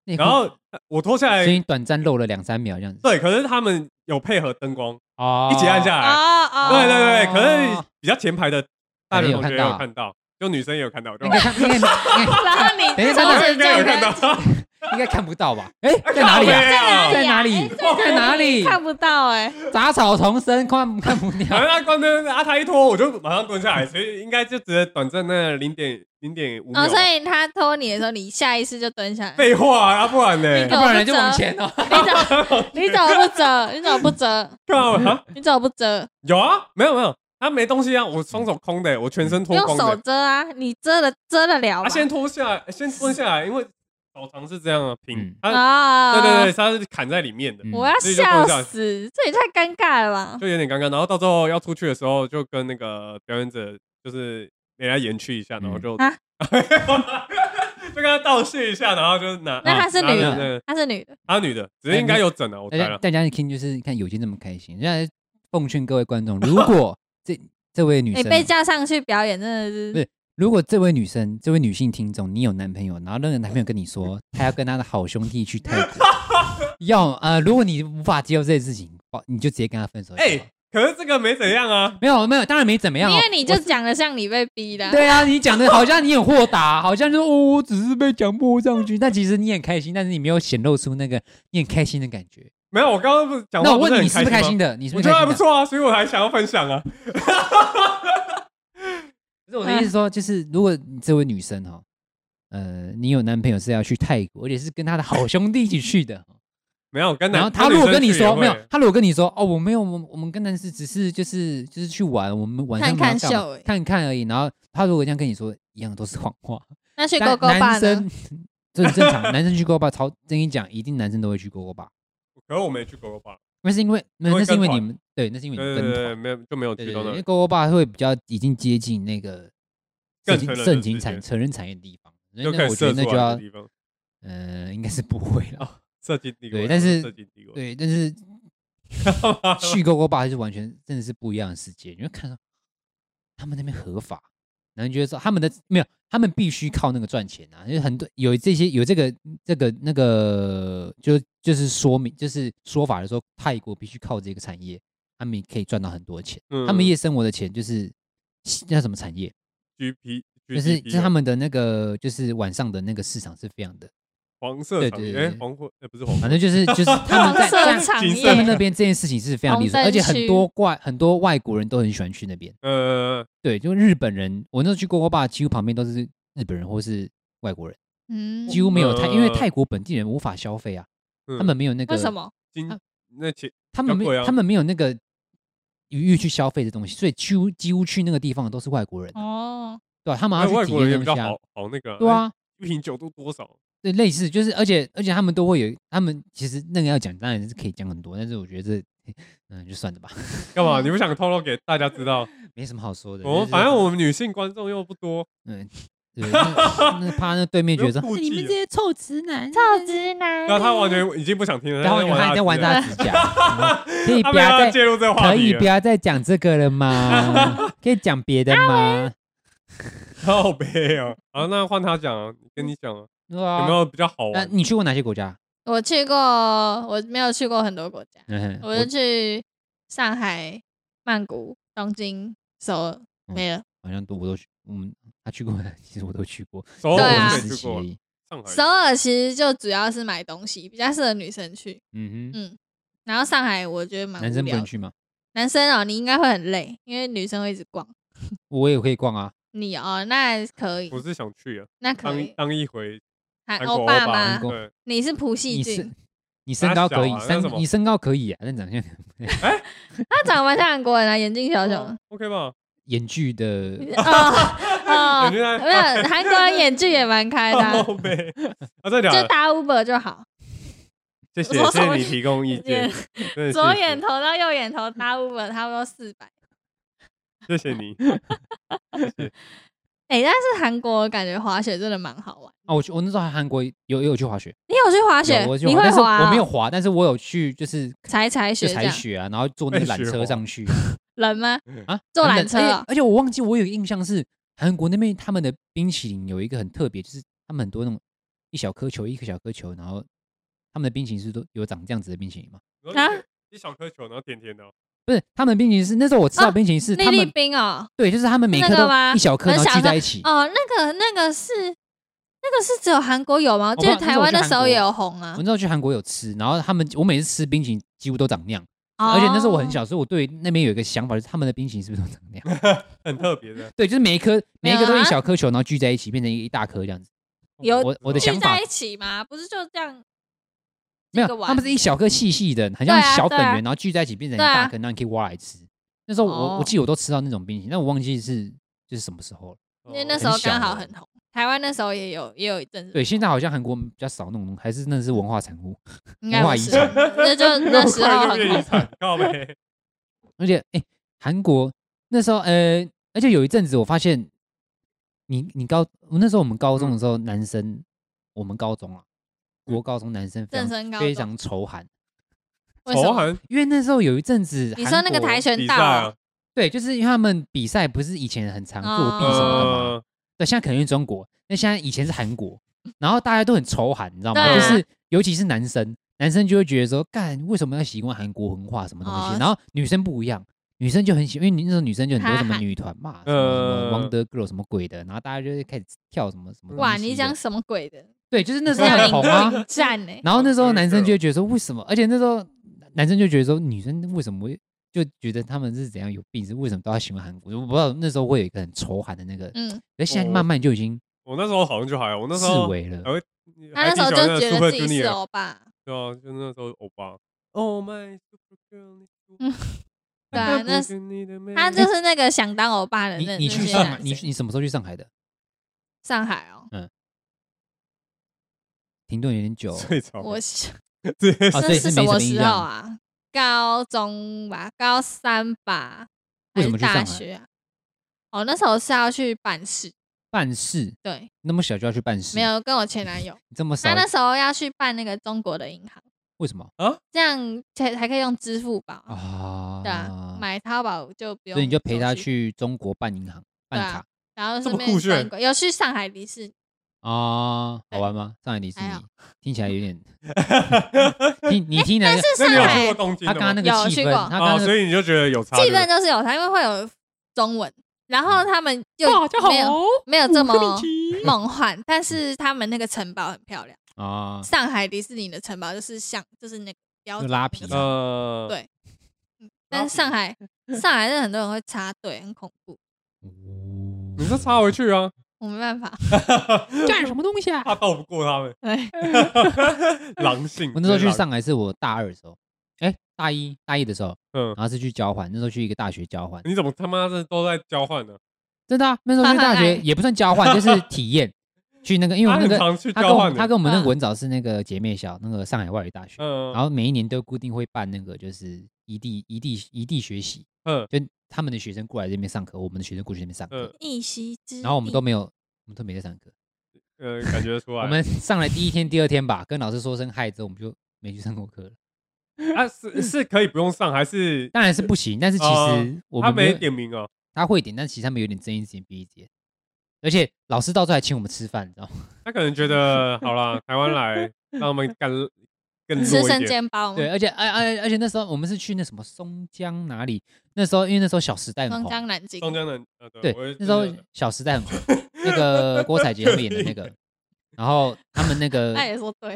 B: 内裤
A: 然后他我脱下来
B: 所，以短暂漏了两三秒这样子。
A: 对，可是他们有配合灯光
B: 哦，
A: 一起按下来，
D: 哦哦，
A: 对对对，可是比较前排的大学同学也
B: 有
A: 有
B: 看到
A: 看到，就女生也有看到，对
B: 应
A: 吧
B: 该？看，应该应该
D: 然后你
B: 等一下
D: 从
A: 他
B: 等一下
D: 此
A: 应该有看
D: 就
A: 到，
B: 应该看不到吧？哎，在哪里啊？
A: 啊
B: 在哪
D: 哎
B: 里？在哪里？
D: 看不到哎，
B: 杂草丛生，看看不
A: 反
B: 掉。
A: 正他关灯，啊，他一脱我就马上蹲下来，所以应该就只能短暂那零点零点五秒
D: 哦，。所以他拖你的时候，你下意识就蹲 下来。
A: 废话啊，不然
D: 你
A: 呢？
D: 懂
B: 要不然人就往前哦。
D: 你怎你怎么不折？你怎么不折？
A: 干嘛啊？
D: 你怎么不 折？
A: 有啊，没有没有，他没东西啊，我双手空的，我全身脱
D: 用
A: 光
D: 手
A: 的。
D: 遮啊，你遮了遮得了
A: 他
D: 吗？
A: 先脱下来，先蹲下来，因为手长是这样啊，平
B: 嗯。
A: 他对
D: 啊，
A: 对对，他是砍在里面的，
B: 嗯
D: 我要
A: 所以就放
D: 笑
A: 下
D: 死，这也太尴尬了吧！
A: 就有点尴尬。然后到最后要出去的时候，就跟那个表演者就是人家延去一下，然后就
B: 嗯
D: 啊
A: 就跟他道谢一下，然后就拿。
D: 那她是
A: 拿
D: 女
A: 拿
D: 的，她是女的，
A: 她女的，只是应该有整啊，我
B: 大
A: 猜
B: 家
A: 了。
B: 大家一听就是看有金这么开心，现在奉劝各位观众，如 果这这位女
D: 你
B: 生，
D: 哎被叫上去表演真的
B: 不
D: 是
B: 是如果这位女生，这位女性听众，你有男朋友，然后那个男朋友跟 你说他要跟他的好兄弟去泰国，要呃，如果你无法接受这件事情，哦，你就直接跟他分手。
A: 哎，可是这个没怎样啊，
B: 没有没有，当然没怎么样、哦，
D: 因为你就
B: 我
D: 讲的像你被逼的啊，
B: 对啊，你讲的好像你很豁达，好像就是哦，我只是被强迫上去，但其实你很开心，但是你没有显露出那个你很开心的感觉。
A: 没有。我刚刚不是讲
B: 那
A: 话
B: 我
A: 不
B: 问你是不
A: 很
B: 是开心
A: 吗？
B: 的？你是不
A: 我
B: 是
A: 觉
B: 开
A: 得还不
B: 心的？
A: 错啊，所以我还想要分享啊。
B: 可是我的
A: 嗯
B: 意思是说，就是如果你这位女生哈、哦，呃，你有男朋友是要去泰国，而且是跟他的好兄弟一起 去的，
A: 没有，跟男
B: 然后他如果跟你说没有，
A: 跟女生去也会
B: 他如果跟你说哦，我没有，我们我们跟男士只是就是就是去玩，我们晚上
D: 看看
B: 没有干嘛
D: 秀而已
B: 看看而已。然后他如果这样跟你说，一样都是谎 话。
D: 那去勾
B: 但
D: 勾吧
B: 男
D: 呢？
B: 生这很正常，男生去勾勾吧，超跟你讲，一定男生都会去勾勾吧。
A: 可是我没去狗狗吧？
B: 那是因为那
A: 因为
B: 那是因为
A: 跟团
B: 你们对，那是因为
A: 对
B: 你们
A: 对
B: 跟
A: 对对，。
B: 团
A: 没有就没有
B: 对
A: 去
B: 对
A: 到
B: 对，
A: 那
B: 因为
A: 里。
B: 勾勾吧会比较已经接近那个
A: 更成人
B: 圣经
A: 的
B: 圣经
A: 世界
B: 产成人产业的地方，所以
A: 就可
B: 那
A: 以
B: 我觉
A: 射
B: 得
A: 出
B: 那
A: 来
B: 就要
A: 的地方，
B: 呃，应该是不会 了。
A: 射精帝国。
B: 对但是
A: 射精帝国，
B: 对，但是去勾勾吧是完全真的是不一样的世界，你会看到他们那边合法，然后你觉得说他们的没有，他们必须靠那个赚钱啊，因为很多有这些有这个这个那个就就是说明就是说法的时候，泰国必须靠这个产业，他们也可以赚到很多钱，
A: 嗯
B: 他们夜生活的钱就是那叫什么产业，
A: GP
B: 就是就是
A: GDP
B: 他们的那个就是晚上的那个市场是非常的，
A: 黄色
B: 对
A: 场
B: 对
A: 地，
B: 对
A: 哎，
B: 对
A: 黄昏，哎，不是黄昏，
B: 反正就是 就是他们
D: 黄
B: 在这
D: 色
B: 样
D: 产
A: 谨
D: 业，
A: 慎
B: 他们那边这件事情是非常
D: 红
B: 利润，而且
D: 灯
B: 很
D: 区
B: 多外很多外国人都很喜欢去那边。
A: 呃，
B: 对，就日本人，我那时候去锅锅坝，几乎旁边都是日本人或是外国人，
D: 嗯
B: 几乎没有泰，因为
A: 嗯
B: 泰国本地人无法消费啊，
A: 他
B: 他们没有那个
D: 为什么？
A: 金
B: 他
A: 那钱
B: 他们
A: 嗯比较
B: 没
A: 贵
B: 有、
A: 啊
B: 他们没有那个余裕去消费的东西，所以几乎几乎去那个地方的都是外国人啊、
D: 哦，
B: 对吧、他们
A: 哎
B: 要
A: 外
B: 去体
A: 国人也
B: 验
A: 比
B: 那
A: 较
B: 东西啊
A: 好，好那个，
B: 对啊，
A: 哎，一瓶酒都多少？
B: 对，类似就是，而且而且他们都会有，他们其实那个要讲，当然是可以讲很多，但是我觉得这，嗯，就算了吧，
A: 干
B: 啊
A: 嘛？你不想透露给大家知道？
B: 没什么好说的。
A: 我们
B: 就是
A: 反正我们女性观众又不多，
B: 嗯，对，那那怕那对面
A: 不
B: 觉
A: 用
B: 得说
A: 顾忌了。
B: 些臭直男，
D: 臭直男
A: 那他完全已经不想听了，
B: 然后
A: 他
B: 他在玩
A: 他
B: 他指甲，嗯可以
A: 他
B: 不
A: 没有
B: 要
A: 要
B: 再
A: 介入这个话
B: 可
A: 题
B: 以
A: 了
B: 不，要再讲这个了吗？ 可以讲别的吗？
A: 好悲哦。好，那换他讲啊，跟你讲啊，
B: 有
A: 有没？
D: 哦
A: 有比较好
B: 那
D: 呃
A: 玩？
B: 你去过哪些国家？
D: 我去过，我没有去过很多国家，
B: 嗯哼，
D: 我就去上海、曼谷、东京、首尔，
B: 嗯
D: 没了。
B: 好像都我都去，嗯，他去过，其实我都去过，
A: 首尔
D: 对啊
A: 哦我
B: 我
A: 是没
B: 只是
A: 去
B: 时期
A: 过
B: 而，已。
A: 上海
D: 首尔其实就主要是买东西，比较适合女生去。
B: 嗯哼，
D: 嗯，然后上海我觉得蛮
B: 男
D: 无
B: 生不
D: 聊
B: 能
D: 的。
B: 去吗？
D: 男生哦，你应该会很累，因为女生会一直逛。
B: 我也可以逛啊。
D: 你哦，那可以
A: 我，是想去啊，
D: 那可
A: 当
D: 以。
A: 当一回
D: 还
A: 韩国
D: 欧
A: 欧
D: 巴
A: 巴，
D: 吗？
A: 对，
D: 你是普
B: 你
D: 细
B: 身
D: 菌，
B: 你身高可
A: 哪
B: 以，
A: 小啊
B: 身
A: 那什么
B: 你身高可以啊，但长相
D: 他长得蛮像韩国人啊，眼睛小小的
A: 哦。，OK 吧？
B: 演剧 的
D: 哦哦，
A: 眼
D: 没
A: 睛还
D: 有，韩国人眼距也蛮开 的啊、
A: 好悲啊，真的假
D: 就
A: 的？
D: 打 Uber 就好，
A: 谢谢，
D: 我
A: 谢谢
D: 我
A: 你提供意见
D: 眼，
A: 真的
D: 左
A: 谢谢
D: 眼头到右眼头打 Uber 差不多四百。
A: 谢谢你。
D: 哎，但是韩国感觉滑雪真的蛮好玩。
B: 啊，我去，我那时候还韩国有有有去滑雪，
D: 你有去滑
B: 有
D: 雪？
B: 我去
D: 你
B: 滑，
D: 会
B: 但是
D: 滑、
B: 我没有，滑，但是我有去就是
D: 踩踩
B: 就
D: 雪这
B: 踩
D: 样。
B: 雪啊，然后坐那个
A: 被
B: 缆
A: 雪
B: 车
A: 滑
B: 上去，
D: 人吗？
B: 啊，
D: 坐
B: 等
D: 缆
B: 等
D: 车
B: 而且
D: 哦
B: 而且我忘记我有一个印象是韩国那边他们的冰淇淋有一个很特别，就是他们很多那种一小颗球一个小颗球，然后他们的冰淇淋是都有长这样子的冰淇淋吗？
A: 然
D: 啊
A: 后一小颗球，然后甜甜的哦，
B: 不是，他们冰淇淋是那时候我吃到
D: 啊
B: 冰淇淋是
D: 粒
B: 他
D: 粒
B: 们
D: 冰哦，
B: 对，就是他们每
D: 那
B: 颗
D: 个
B: 都
D: 吗
B: 一小颗，
D: 很
B: 然后
D: 小
B: 聚在
D: 颗
B: 一 起。
D: 哦，那个那个是那个是只有韩国有吗？我记
B: 不
D: 得
B: 知道
D: 台湾
B: 那
D: 的
B: 时
D: 时
B: 候我
D: 候
B: 去韩国
D: 也有红啊
B: 我。那时候去韩国有吃，然后他们我每次吃冰淇淋几乎都长那样，
D: 哦
B: 而且那时候我很，小，所以我对那边有一个想法，就是他们的冰淇淋是不是都长那 样？
A: 很特别的。
B: 对，就是每一颗每一个都
D: 没有
B: 一
D: 啊
B: 小颗球，然后聚在一起变成一一大颗这样子。
D: 有
B: 我我的
D: 聚
B: 想法
D: 在一起吗？不是就这样？
B: 没
D: 这个
B: 有，
D: 碗
B: 他们是一小颗细细的，很
D: 对
B: 像
D: 啊
B: 小粉
D: 对啊
B: 圆，然后聚在一起变成一
D: 对啊
B: 大颗，然后你可以挖来吃。那时候我我
D: 哦
B: 记得我都吃到那种冰淇淋，但我忘记是就是什么时候了。
D: 因为那时
A: 哦
D: 候
B: 很小
D: 刚好
B: 的
D: 很红，台湾那时候也有也有一阵子。
B: 对，现在好像韩国比较少那种东西，还是那是文化产物。
D: 应该
B: 文化
D: 不
B: 遗
D: 是
B: 产，
D: 那就那时候
A: 那么快就
D: 很
A: 变遗
D: 红。
A: 产，靠呗。
B: 而且，哎、韩国那时候，呃，而且有一阵子我发现你，你高，那时候我们高中
D: 嗯
B: 的时候，男生，我们高中啊，国高中男生非
D: 正
B: 常
D: 身高
B: 非
D: 中，
B: 常仇韩，
D: 为什么？
A: 韩
B: 因为那时候有一阵子韩国，
D: 你说那个跆拳
A: 比
D: 道
A: 赛啊
D: 啊，，
B: 对，就是因为他们比赛不是以前很常作
D: 哦嗯
B: 弊什么的嘛，
A: 呃，
B: 对，现在可能是中国，那现在以前是韩国，然后大家都很仇韩，你知道吗？
D: 对
B: 就
D: 啊
B: 是尤其是男生，男生就会觉得说，干为什么要习惯韩国文化什么东西？
D: 哦
B: 然后女生不一样，女生就很喜，因为你那时候女生就很多
D: 哈
B: 什 么
D: 韩
B: 女团嘛，什么什么
A: 呃
B: Wonder Girl 什么鬼的，然后大家就会开始跳什么什么东西的。
D: 哇，你讲什么鬼的？
B: 对，就是那时候
D: 要
B: 很红啊
D: 引。引战欸呢？
B: 然后那时候
A: Wonder
B: 男生
A: Girl
B: 就会觉得说，为什么？而且那时候男生就觉得说，女生为什么会就觉得他们是怎样有病，是为什么都要喜欢韩国？我不知道那时候会有一个很仇韩的那个，
D: 嗯，
B: 那现在
A: 我
B: 慢慢就已经
A: 我那时候好像就还好，我那时
B: 视
A: 候呃
B: 为了。
A: 还会，
D: 他那时候就觉得自己是
A: 哦，
D: 欧巴，
A: 对啊，就那时候欧巴。Oh my super girl，你
D: 嗯对啊
A: 看不
D: 那
A: 见你的美
D: 他就是那个想当欧巴的
B: 你
D: 那啊
B: 你
D: 那
B: 去
D: 些
B: 上海，
D: 男
B: 你
D: 生
B: 去你什么时候去上海的？
D: 上海哦，
B: 停顿有点久哦，
A: 最早
D: 我是
A: 这些
B: 啊，
D: 那
B: 所以没
D: 是什
B: 什么
D: 么
B: 印
D: 时候
B: 象。
D: 啊？高中吧，高三吧，
B: 为
D: 还
B: 什么去
D: 是
B: 上海
D: 大学啊？哦，那时候是要去办事，
B: 办事
D: 对，
B: 那么小就要去办事，
D: 没有跟我前男友，
B: 你这么少
D: 他，那时候要去办那个中国的银行，
B: 为什么
D: 这样才才可以用支付宝啊，
B: 啊？
D: 对啊，买淘宝就不用，
B: 所以你就陪他，去中国办银行办
D: 对啊
B: 卡
D: 然后
A: 这
D: 顺
A: 么酷
D: 便
A: 炫
D: 逛逛有去上海迪士尼，
B: 啊？好
D: 对
B: 玩吗？上海迪士尼
D: 还好
B: 听起来 有点，听你听起来，
D: 是
A: 那你有
D: 上
A: 去
D: 海
A: 过东京
B: 他
A: 的
B: 刚刚
A: 吗
B: 那？个
D: 有
B: 气
D: 去
B: 氛，
D: 过
B: 他
A: 啊，
B: 刚刚那
A: 所
B: 个
A: 以你就觉得有差。对
D: 气氛
A: 不对
D: 就是有他们会有中文，然后
B: 嗯
D: 他们又没有
B: 哦
D: 没有这么
B: 力
D: 梦幻，
B: 嗯
D: 但是他们那个城堡很漂亮。
A: 哦
B: 啊，
D: 上海迪士尼的城堡就是像就是那个标
B: 就
D: 准
B: 拉
D: 的
B: 皮
D: 那
B: 嘛
D: 种
A: 呃，
D: 对但是 上海上海是很多人会插队，很恐怖，
B: 哦
A: 你就插回去啊，
D: 我没办法。
B: 干什么东西啊？
A: 怕斗不过他们，
D: 对，
A: 狼性。
B: 我那时候去
A: 狼，
B: 上海是我大二的时候，哎，大一大一的时候，
A: 嗯，
B: 然后是去交换，那时候去一个大学交换，
A: 你怎么他妈的都在交换呢？
B: 真的啊，那时候去大学也不算交换，就是 体验去那个，因为我
A: 哎他
B: 们
A: 很
B: 那个
A: 常去
B: 他
A: 交
B: 跟我
A: 换
B: 们
A: 的，
B: 他跟我们那个
D: 嗯
B: 文藻是那个姐妹校，那个上海外语大学，
A: 嗯，
B: 然后每一年都固定会办那个就是异地异地异地学习，
A: 嗯
B: 就他们的学生过来这边上课，我们的学生过去那边上课
A: 嗯，
D: 一席之地。
B: 然后我们都没有我们都没在上课，
A: 呃，感觉得出来。
B: 我们上来第一天第二天吧，跟老师说声嗨之后，我们就没去上过课了。
A: 啊是是可以不用上，还是
B: 当然是不行，但是其
A: 哦
B: 实我
A: 他
B: 们
A: 没
B: 有
A: 点名哦？
B: 他会点，但其实他们有点睁一只眼闭一只眼，而且老师到最后还请我们吃饭，你知道吗？
A: 他可能觉得好啦，台湾来让他们 干更
D: 吃
A: 弱
D: 生
A: 一点。
D: 煎包吗？
B: 对，而且而而而且那时候我们是去那什么松江哪里？那时候因为那时候《小时代》很
D: 松江
B: 红，
D: 南京。
A: 松江人，呃，
B: 对
A: 我也，
B: 那时候
A: 记
B: 《
A: 得
B: 小时代》很红，那个郭采洁他们演的那个，然后他们那个，
D: 他也说对，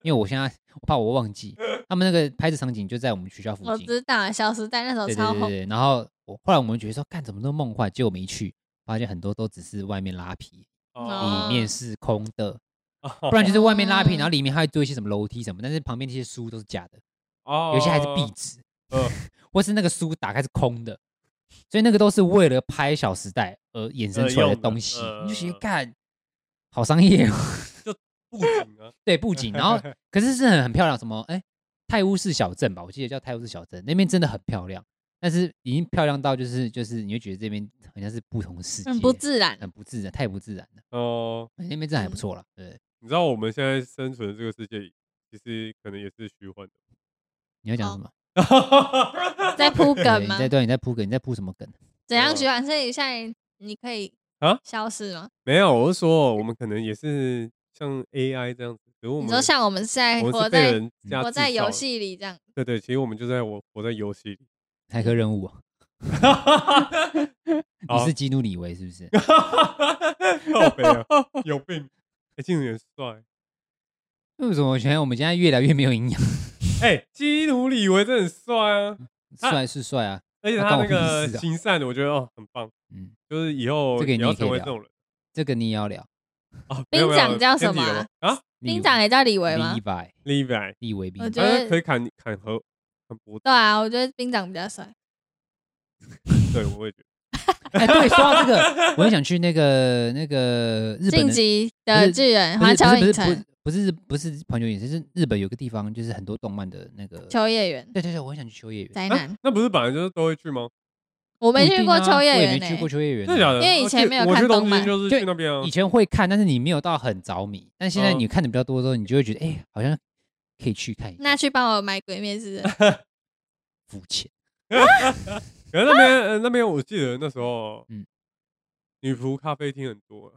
B: 因为我现在我怕我忘记，他们那个拍摄场景就在我们学校附
D: 我
B: 近，
D: 知道《小时代》那时候
B: 对对
D: 超
B: 对
D: 红，
B: 对，然后我后来我们觉得说，干怎么都梦幻，结果没去，发现很多都只是外面拉皮，
A: 哦
D: 嗯
B: 里面是空的，
A: 哦
B: 不然就是外面拉皮，
D: 哦
B: 然后里面还会做一些什么楼梯什么，但是旁边那些书都是假的，
A: 哦
B: 有些还是 壁纸，
A: 呃
B: 或是那个书打开是空的，所以那个都是为了拍《小时代》而衍生出来的东西，
A: 呃用的
B: 你就觉得
A: 呃
B: 干好商业哦，
A: 布景啊，
B: 对布景，然后可是是很很漂亮，什么哎泰晤士小镇吧，我记得叫泰晤士小镇，那边真的很漂亮，但是已经漂亮到就是就是你会觉得这边好像是不同的世界，
D: 很嗯不自嗯然。哦
B: 很不自然，太不自然了，哎
A: 哦，
B: 那边真的还不错了，对，
A: 你知道我们现在生存的这个世界，其实可能也是虚幻的。
B: 你要讲
D: 哦
B: 什么？
D: 在 铺
B: 对
D: 梗
B: 你
D: 吗？
B: 在对，啊你在铺梗，你在铺什么梗？
D: 怎样徐婉？所以现在你可以
A: 啊
D: 消失吗？
A: 没有，我是说我们可能也是像 AI 这样子，比如我
D: 你
A: 们
D: 说像我们是在
A: 我们
D: 活
A: 是被
D: 在
A: 人家
D: 活
A: 制
D: 在
A: 造
D: 游
A: 的，
D: 戏里这样，
A: 对对，其实我们就在我活在游戏里。
B: 骇客任务啊、
A: 好哦
B: 你是基努里维是不是？
A: 靠北啊，有病！哎，金人帅，
B: 为什么我觉得我们现在越来越没有营养？
A: 哎，基努里维真的很帅啊， 啊
B: 帅是帅啊，
A: 而且
B: 那
A: 他
B: 关
A: 那
B: 我屁
A: 个
B: 事啊
A: 行善的，我觉得哦很棒，
B: 嗯，
A: 就是以后
B: 这个
A: 也
B: 你
A: 要
B: 也可以
A: 成为这
B: 聊
A: 种人
B: 这个你也要聊。
A: 啊。没
D: 兵
A: 有没有
D: 长叫
A: 天
D: 什
A: 敌
D: 么
A: 了
D: 啊
A: 吗啊
D: 兵长也叫李维吗
B: 李？维，
A: ？Levi，
B: 李维兵
D: 我觉
B: 长，
D: 得
A: 他可以砍砍和砍脖子，
D: 对啊，我觉得兵长比较帅。
A: 对我也觉得
B: 哎，对，说到这个， 我很想去那个那个日本
D: 晋
B: 的
D: 级
B: 不
D: 的
B: 是
D: 巨人
B: 不
D: 环
B: 是
D: 球
B: 不
D: 影
B: 是不是
D: 城
B: 不是不是不是环球影城，是日本有个地方，就是很多动漫的那个。
D: 秋叶原
B: 对对对，我很想去秋叶原。
D: 宅
A: 啊
D: 男，，
A: 那不是本来就是都会去吗？
D: 我
B: 不
D: 没
B: 一
D: 去
B: 定
D: 过
B: 啊
D: 秋叶
B: 我也
D: 原欸
B: 没去过
D: 呢。
B: 秋叶原
A: 真的假
B: 啊。
A: 的？
D: 因为以
A: 我
D: 前
A: 去
D: 没有
A: 我
D: 看
A: 去东
D: 动
A: 京
D: 漫
A: 就是
B: 就
A: 去那边啊
B: 以。前会看，但是你没有到很着迷。但现在
A: 嗯
B: 你看的比较多之后，你就会觉得，哎，好像可以去看一下。
D: 那去帮我买《鬼灭 之刃》
B: 肤浅，
A: 可是那 边呃那边，我记得那时候，嗯
B: 嗯，
A: 女仆咖啡厅很多啊，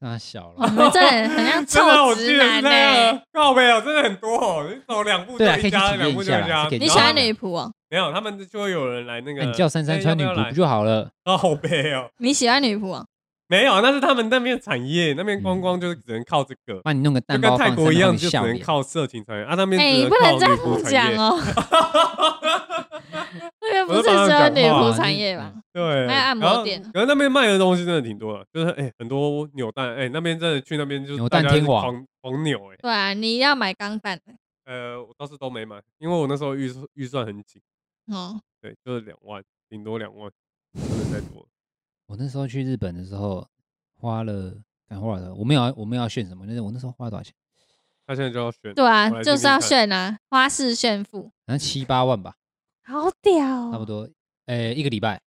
B: 那小
D: 我
B: 了。
D: 们这很很 像
A: 真的，我
D: 臭
A: 记
D: 直
A: 得是
D: 男
A: 那
B: 啊
D: 呢。
A: 样，靠背哦，真的很多哦，你走两步就
B: 欸对啊可
A: 一
B: 以去
A: 家，
B: 体验
A: 两步
B: 一
A: 就
B: 下
A: 一
B: 啦
A: 家。
B: 是可以
D: 你
A: 然
D: 喜
A: 后
D: 欢
A: 他们
D: 女仆哦？
A: 没有，他们就会有人来那个，
B: 那你叫珊珊
A: 哎
B: 穿女
A: 要不要
B: 仆
A: 来
B: 不就好了？
A: 靠背哦，
D: 你喜欢女仆哦？
A: 没有，那是他们那边的产业，那边观光就是只能靠这个，
B: 那你弄个
A: 就
B: 嗯蛋
A: 跟
B: 包放
A: 泰
B: 上
A: 国一
B: 面
A: 样，
B: 放
A: 就只
B: 笑
A: 能
B: 脸。
A: 靠色情产业啊，那边
D: 哎，
A: 只
D: 你不
A: 靠
D: 能
A: 女
D: 这样
A: 仆
D: 讲
A: 产业。
D: 哦，那个不
A: 我
D: 是
A: 在帮他
D: 只有
A: 讲
D: 女
A: 话
D: 仆
A: 啊
D: 产
B: 你
D: 业吧？
A: 对，
D: 还有按摩
A: 然后
D: 店
A: 然后那边卖的东西真的挺多的，就是哎、很多扭蛋，哎、那边真的去那边就是
B: 扭蛋
A: 大家是
B: 天王
A: 狂狂扭、哎，
D: 对啊，你要买钢板的
A: 呃，我倒是都没买，因为我那时候预算预算很紧，
D: 哦。
A: 对，就是两万，顶多两万，不能再多。
B: 我那时候去日本的时候，花了，敢花了，我没有要，我没有要炫什么，就是我那时候花了多少钱？
A: 他现在就要选，
D: 对啊
A: 我来，听
D: 就是要
A: 听看
D: 炫啊，花式炫富，
B: 好像七八万吧，
D: 好屌哦，
B: 差不多，呃，一个礼拜。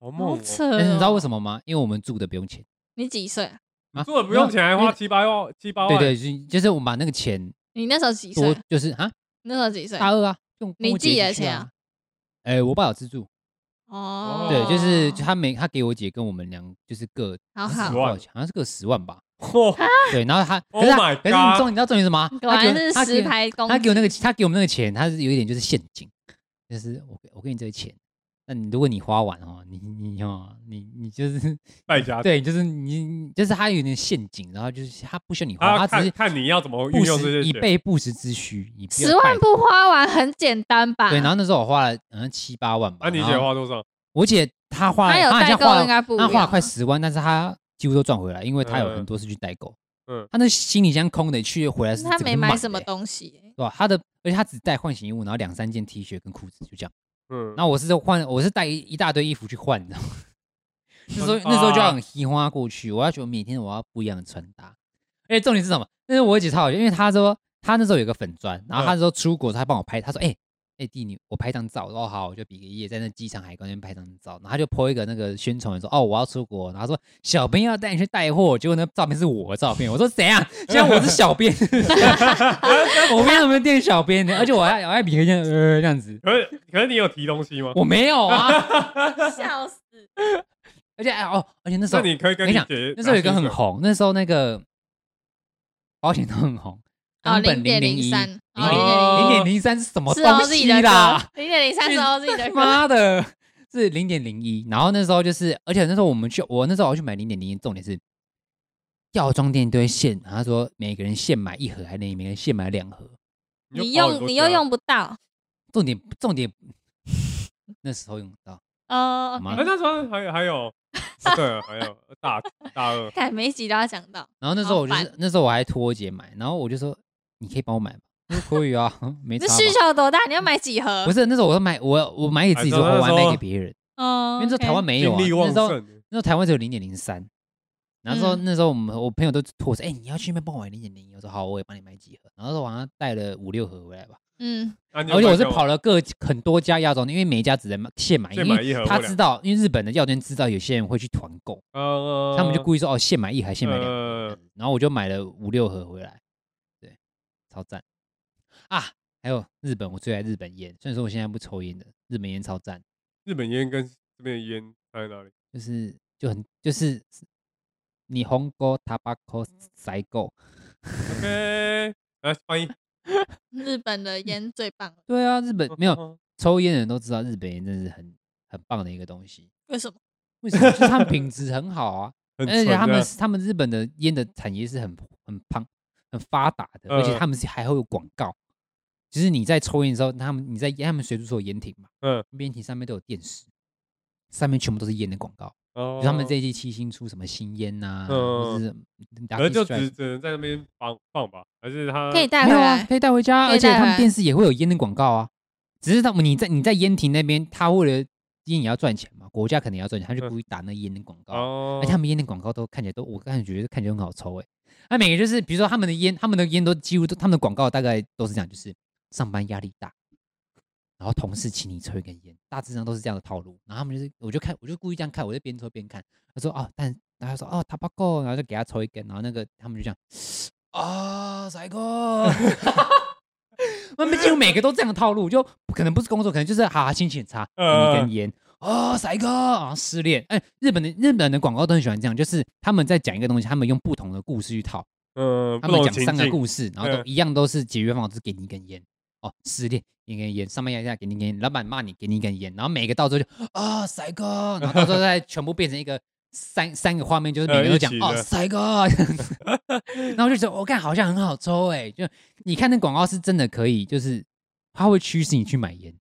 A: 好猛、
D: 好
A: 哦，
D: 扯
B: 但是哎你知道为
D: 么？
B: 什么吗？因为我们住的不用钱
D: 你几岁啊？
B: 啊，
A: 做了不
B: 没有
A: 用钱还
B: 因为
A: 花七八万，七八万，
B: 对对，就是就是我们把那个钱
D: 你那时候几
B: 多
D: 岁？，
B: 就是啊，
D: 那时候几岁？
B: 大二啊，用
D: 你自己的钱啊
B: 啊？哎，我爸有资助，
D: 哦，
B: 对，就是就他每他给我姐跟我们两就是各
D: 好
B: 好像
D: 好
B: 是
A: 10
B: 多
A: 万
B: 少钱好像是各十万吧，
A: 嚯，
B: 对，然后他
A: Oh
B: 可是
A: my
B: 他
A: god
B: 可是你重你知道重点是什么吗？
D: 果
B: 他给
D: 然
B: 我
D: 是
B: 他给
D: 实
B: 我
D: 牌公子，
B: 他给我那个他给我们那个钱，他是有一点就是陷阱，就是我给我给你这个钱，那你如果你花完哦，你你哦，你 你就是
A: 败家子，
B: 对，就是你就是他有点陷阱，然后就是他不需要你
A: 他
B: 花，
A: 要
B: 他只
A: 看
B: 是
A: 看你要怎么运
B: 不
A: 用这
B: 时
A: 些
B: 以
A: 钱。
B: 备不时之需，你不要
D: 十
B: 带
D: 万不花完很简单吧？
B: 对，然后那时候我花了好像七八万吧，
A: 那、啊你
B: 然
A: 姐
B: 后
A: 花多少？
B: 我姐她花
D: 他
B: 了，
D: 有
B: 她好
D: 代
B: 像
D: 购
B: 花
D: 应
B: 了，
D: 该不一
B: 她
D: 样，
B: 花了快十万，但是她几乎都赚回来，因为她有
A: 嗯
B: 很多是去代购，
A: 嗯
B: 嗯，她那行李箱空的去回来是
D: 他
B: 整个
D: 没买
B: 满
D: 什
B: 的
D: 么
B: 欸
D: 东 西，
B: 对吧？她的而且她只带换洗衣物，然后两三件 T 恤跟裤子就这样。
A: 嗯，
B: 然后我是换，我是带一一大堆衣服去换，你知道吗？那时候那时候就
A: 啊
B: 要很嘻花过去，我要觉得每天我要不一样的穿搭。而且重点是什么？那是我姐超好笑，因为她说她那时候有个粉砖，然后她那时候出国，她帮我拍，她说：“哎、哎、弟你我拍张照。”我说：“哦好，我就比个耶，在那机场海关那边拍张照。”然后她就 po 一个那个宣传文说：“哦我要出国。”然后说小编要带你去带货，结果那照片是我的照片。我说：“怎样？现在我是小编，我没有没有店小编的，而且我还我还比个耶呃这样子。”
A: 可是可是你有提东西吗？
B: 我没有啊，
D: 笑死！
B: 而且哎哦，而且那时
A: 那
B: 候
A: 你可以跟
B: 我跟你
A: 你
B: 讲
A: 姐
B: 那时候有一个
A: 拿
B: 很
A: 薪水
B: 红，那时候那个保险都很红，
D: 哦，
B: 冈本
D: 零点
B: 零
D: 零
B: 一，
D: 三，哦
B: 零
A: 零
B: 零
A: 零
B: 点零三是什么
D: 是 OZ
B: 东西
D: 的歌
B: 啦？，
D: 零点零三是 OZ 的歌，
B: 妈的，是零点零一。然后那时候就是，而且那时候我们去，我那时候我去买零点零一，重点是药妆店都会限，他说每个人限买一盒，还是每个人限买两盒。
A: 就
D: 你
A: 包很
D: 用
A: 多钱
D: 你又
A: 啊
D: 用不到
B: 重点重点，那时候用得啊到，
D: 哦
B: 好。吗
A: 哎、？那时候还有还 有，啊对啊，还有大大二，
D: 看每一集都要讲到，
B: 然后那时候我就
D: 好
B: 是那时候我还托我姐买，然后我就说你可以帮我买吗？她说可以啊， 没
D: 这
B: 差吧。
D: 需求多大？你要买几盒？
B: 不
D: 是，
B: 是那时候我都买我我买给自己之后，
A: 还是
B: 我
A: 那时
B: 还
A: 候
B: 卖给别人，因
D: 嗯，
B: 为那时候台湾没有
A: 精
B: 啊，
A: 力
B: 那
A: 旺
B: 时候
A: 盛，
B: 那时候台湾只有零点零三，然后说
D: 嗯
B: 那时候我们我朋友都托我说，哎，你要去那边帮我买零点零一，我说好，我也帮你买几盒，然后说晚上带了五六盒回来吧，
D: 嗯，
A: 而
B: 而且我是跑了各很多家药妆店，因为每一家只能买现买一，
A: 现
B: 因
A: 买一盒
B: 为
A: 或
B: 他
A: 两
B: 知道，因为日本的药店知道有些人会去团购，
A: 呃，
B: 他们就故意说哦现买一盒，现买两盒
A: 呃，
B: 然后我就买了五六盒回来，对，超赞啊！还有日本，我最爱日本烟。虽然说我现在不抽烟的，日本烟超赞，
A: 日本烟跟这边的烟差在哪里？
B: 就是就很就是你红哥 tobacco 塞够。
A: OK，来翻译。
D: 日本
B: 嗯
D: 的烟最棒了，
B: 对啊，日
A: 嗯
B: 本 没有抽烟的人都知道，日本烟真的是很很棒的一个东西。
D: 为什么？
B: 为什么？就是他们品质很好啊，
A: 很
B: 而且
A: 纯
B: 他们
A: 的
B: 是他们日本的烟的产业是很很庞很发达的，而且
A: 嗯
B: 他们是还会有广告。就是你在抽烟的时候，他们你在他们随处都有烟亭嘛，
A: 嗯，
B: 烟亭上面都有电视，上面全部都是烟的广告。比
A: 哦
B: 如他们这一季七星出什么新烟呐，
A: 嗯
B: 或是 Lucky
A: 可能就
B: Strike
A: 只只能在那边放放吧，还是他
D: 可以带
B: 没
D: 回
B: 有啊，
D: 来。
B: 可以带回家啊，
D: 可以
B: 而且
D: 带
B: 他
D: 回
B: 们
D: 来嗯
B: 电视也会有烟的广告啊。只是他们你在你在烟亭那边，他为了烟也要赚钱嘛，国家肯定要赚钱，
D: 嗯
B: 他就故意打那烟的广告。
A: 哦
B: 而哎且他们烟的广告都看起来都，我感觉看起来很好抽哎、那每个就是，比如说他们的烟，他们的烟都几乎都，他们的广告大概都是这样，就是上班压力大，然后同事请你抽一根烟，大致上都是这样的套路。然后他们就是，我就看，我就故意这样看，我就边抽边看。他说哦，但然后他说哦，他不够，然后就给他抽一根，然后那个他们就这样啊，帅哥。他们几乎每个都这样的套路，就可能不是工作，可能就是哈、啊、心情很差，给你一根烟，哦，帅哥啊，失恋。哎、日本的日本的广告都很喜欢这样，就是他们在讲一个东西，他们用不同的故事去套，
A: 嗯，
B: 他
A: 不
B: 们
A: 懂
B: 讲
A: 情
B: 三个
A: 境，
B: 故事，然后都
A: 嗯
B: 一样都是解决方法，就是给你一根烟。哦，失恋，给你一根烟，上班压力大，给你一根烟，老板骂你，给你一根烟，然后每个到最后就啊，帅、哥，然后到最 后再全部变成一个三三个画面，就是每个
A: 呃
B: 人都
A: 一
B: 讲
A: 起
B: 哦，
A: 的
B: 帅哥， 然后我就觉得我看好像很好抽哎、就你看那广告是真的可以，就是它会驱使你去买烟，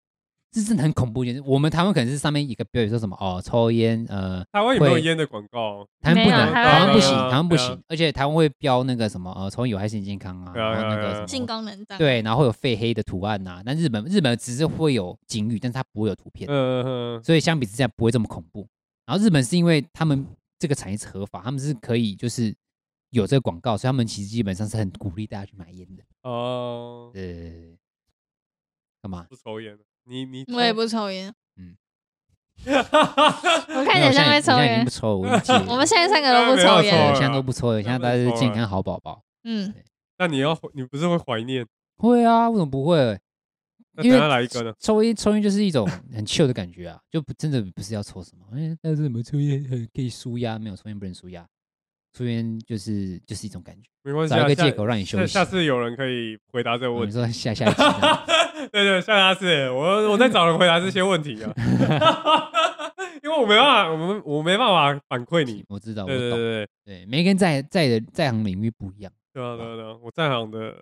B: 这真的很恐怖一件事。我们台湾可能是上面一个标语说什么哦，抽烟呃，
A: 台湾有没有
B: 会
A: 烟的广告？
B: 台湾不
D: 没有
B: 能，
D: 台
B: 台
D: 湾
B: 湾不
D: 没有
B: 行，台湾不
A: 对啊
B: 行，而且台湾会标那个什么呃，抽烟有害身体健康啊，
A: 对啊
B: 然后那
A: 对啊对啊
B: 个什
D: 性
B: 么
D: 功能障碍，
B: 对，然后会有肺黑的图案呐、那日本日本只是会有警语，但是它不会有图片，
A: 嗯嗯
B: 所以相比之下不会这么恐怖。然后日本是因为他们这个产业是合法，他们是可以就是有这个广告，所以他们其实基本上是很鼓励大家去买烟的。
A: 哦，
B: 对对对对对干嘛？
A: 不抽烟，你你
D: 我也不抽烟，
A: 抽，
D: 我看起
B: 没有我现
D: 来像
B: 在
D: 会抽
B: 我现在已经
D: 烟
B: 不。抽了， 我已经戒了
D: 我们现在三个都不
A: 没
D: 抽
A: 有
B: 对我
A: 抽啊
D: 烟
A: 了，
B: 现在都不抽了，现在大家是健康好宝宝。
D: 嗯，
A: 那你要你不是会怀念？
B: 会啊，为什么不会？
A: 那
B: 因
A: 等下
B: 为
A: 来一个呢？
B: 抽烟抽烟就是一种很 chill 的感觉啊，就不真的不是要抽什么，哎，但是我们抽烟很可以舒压，没有抽烟不能舒压，抽烟就是就是一种感觉，
A: 没关系
B: 找
A: 啊，
B: 一个
A: 下
B: 借口让你休
A: 下
B: 息。
A: 下次有人可以回答这个
B: 我
A: 问
B: 们
A: 题。
B: 说下下 一集呢
A: 对对，下次我我在找人回答这些问 题啊，因为我没办法，我们我没办法反馈你。
B: 我知道，我
A: 对对
B: 懂，
A: 对对，
B: 对，每个人在在的在行领域不一样。
A: 对啊对啊对啊，我在行的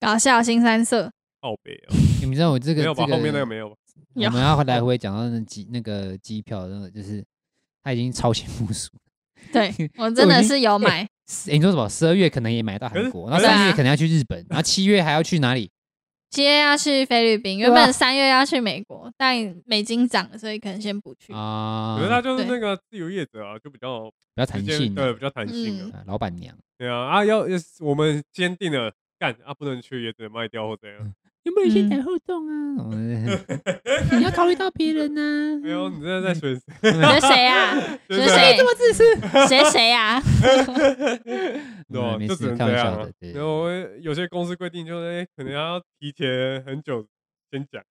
D: 搞笑新三色，
A: 靠北啊，
B: 你们知道我这个
A: 没有
B: 这
A: 吧？
B: 个
A: 后面那个没有吧？
B: 我们要来回讲到那机那个机票，那个就是他已经超前部署。
D: 对我真的是有买，
B: 诶你说什么？十二月可能也买到
A: 可
B: 韩
A: 是
B: 国，然后
D: 可是
B: 三月可能要去日本，然后七月还要去哪里？
D: 七月要去菲律宾，
B: 啊
D: 原本三月要去美国，但美金涨了，所以可能先不去。
B: 啊、
A: 可是他就是
D: 对
A: 那个自由业者啊，就比较
B: 比较
A: 时
B: 弹
A: 间
B: 性
A: 对
B: 的，
A: 比较弹性啊
D: 嗯。
B: 啊老板娘
A: 对啊啊，要我们坚定了干啊，不能去也只能卖掉或怎样。
B: 有没有
D: 先
B: 先
D: 斩
B: 斩后动啊？ 你要考虑到别人啊呐、
A: 没哎有，你真的
B: 嗯
A: 在损失。
D: 你觉得谁啊？
A: 就
D: 觉
A: 是
D: 得谁
B: 这么自私，
D: 谁谁啊？
A: 对啊
B: 嗯没
A: 就
B: 事
A: 只能
B: 开
A: 这
B: 玩
A: 样
B: 笑
A: 啊
B: 的。对
A: 然后我有些公司规定就是，哎，可能要提前很久先讲。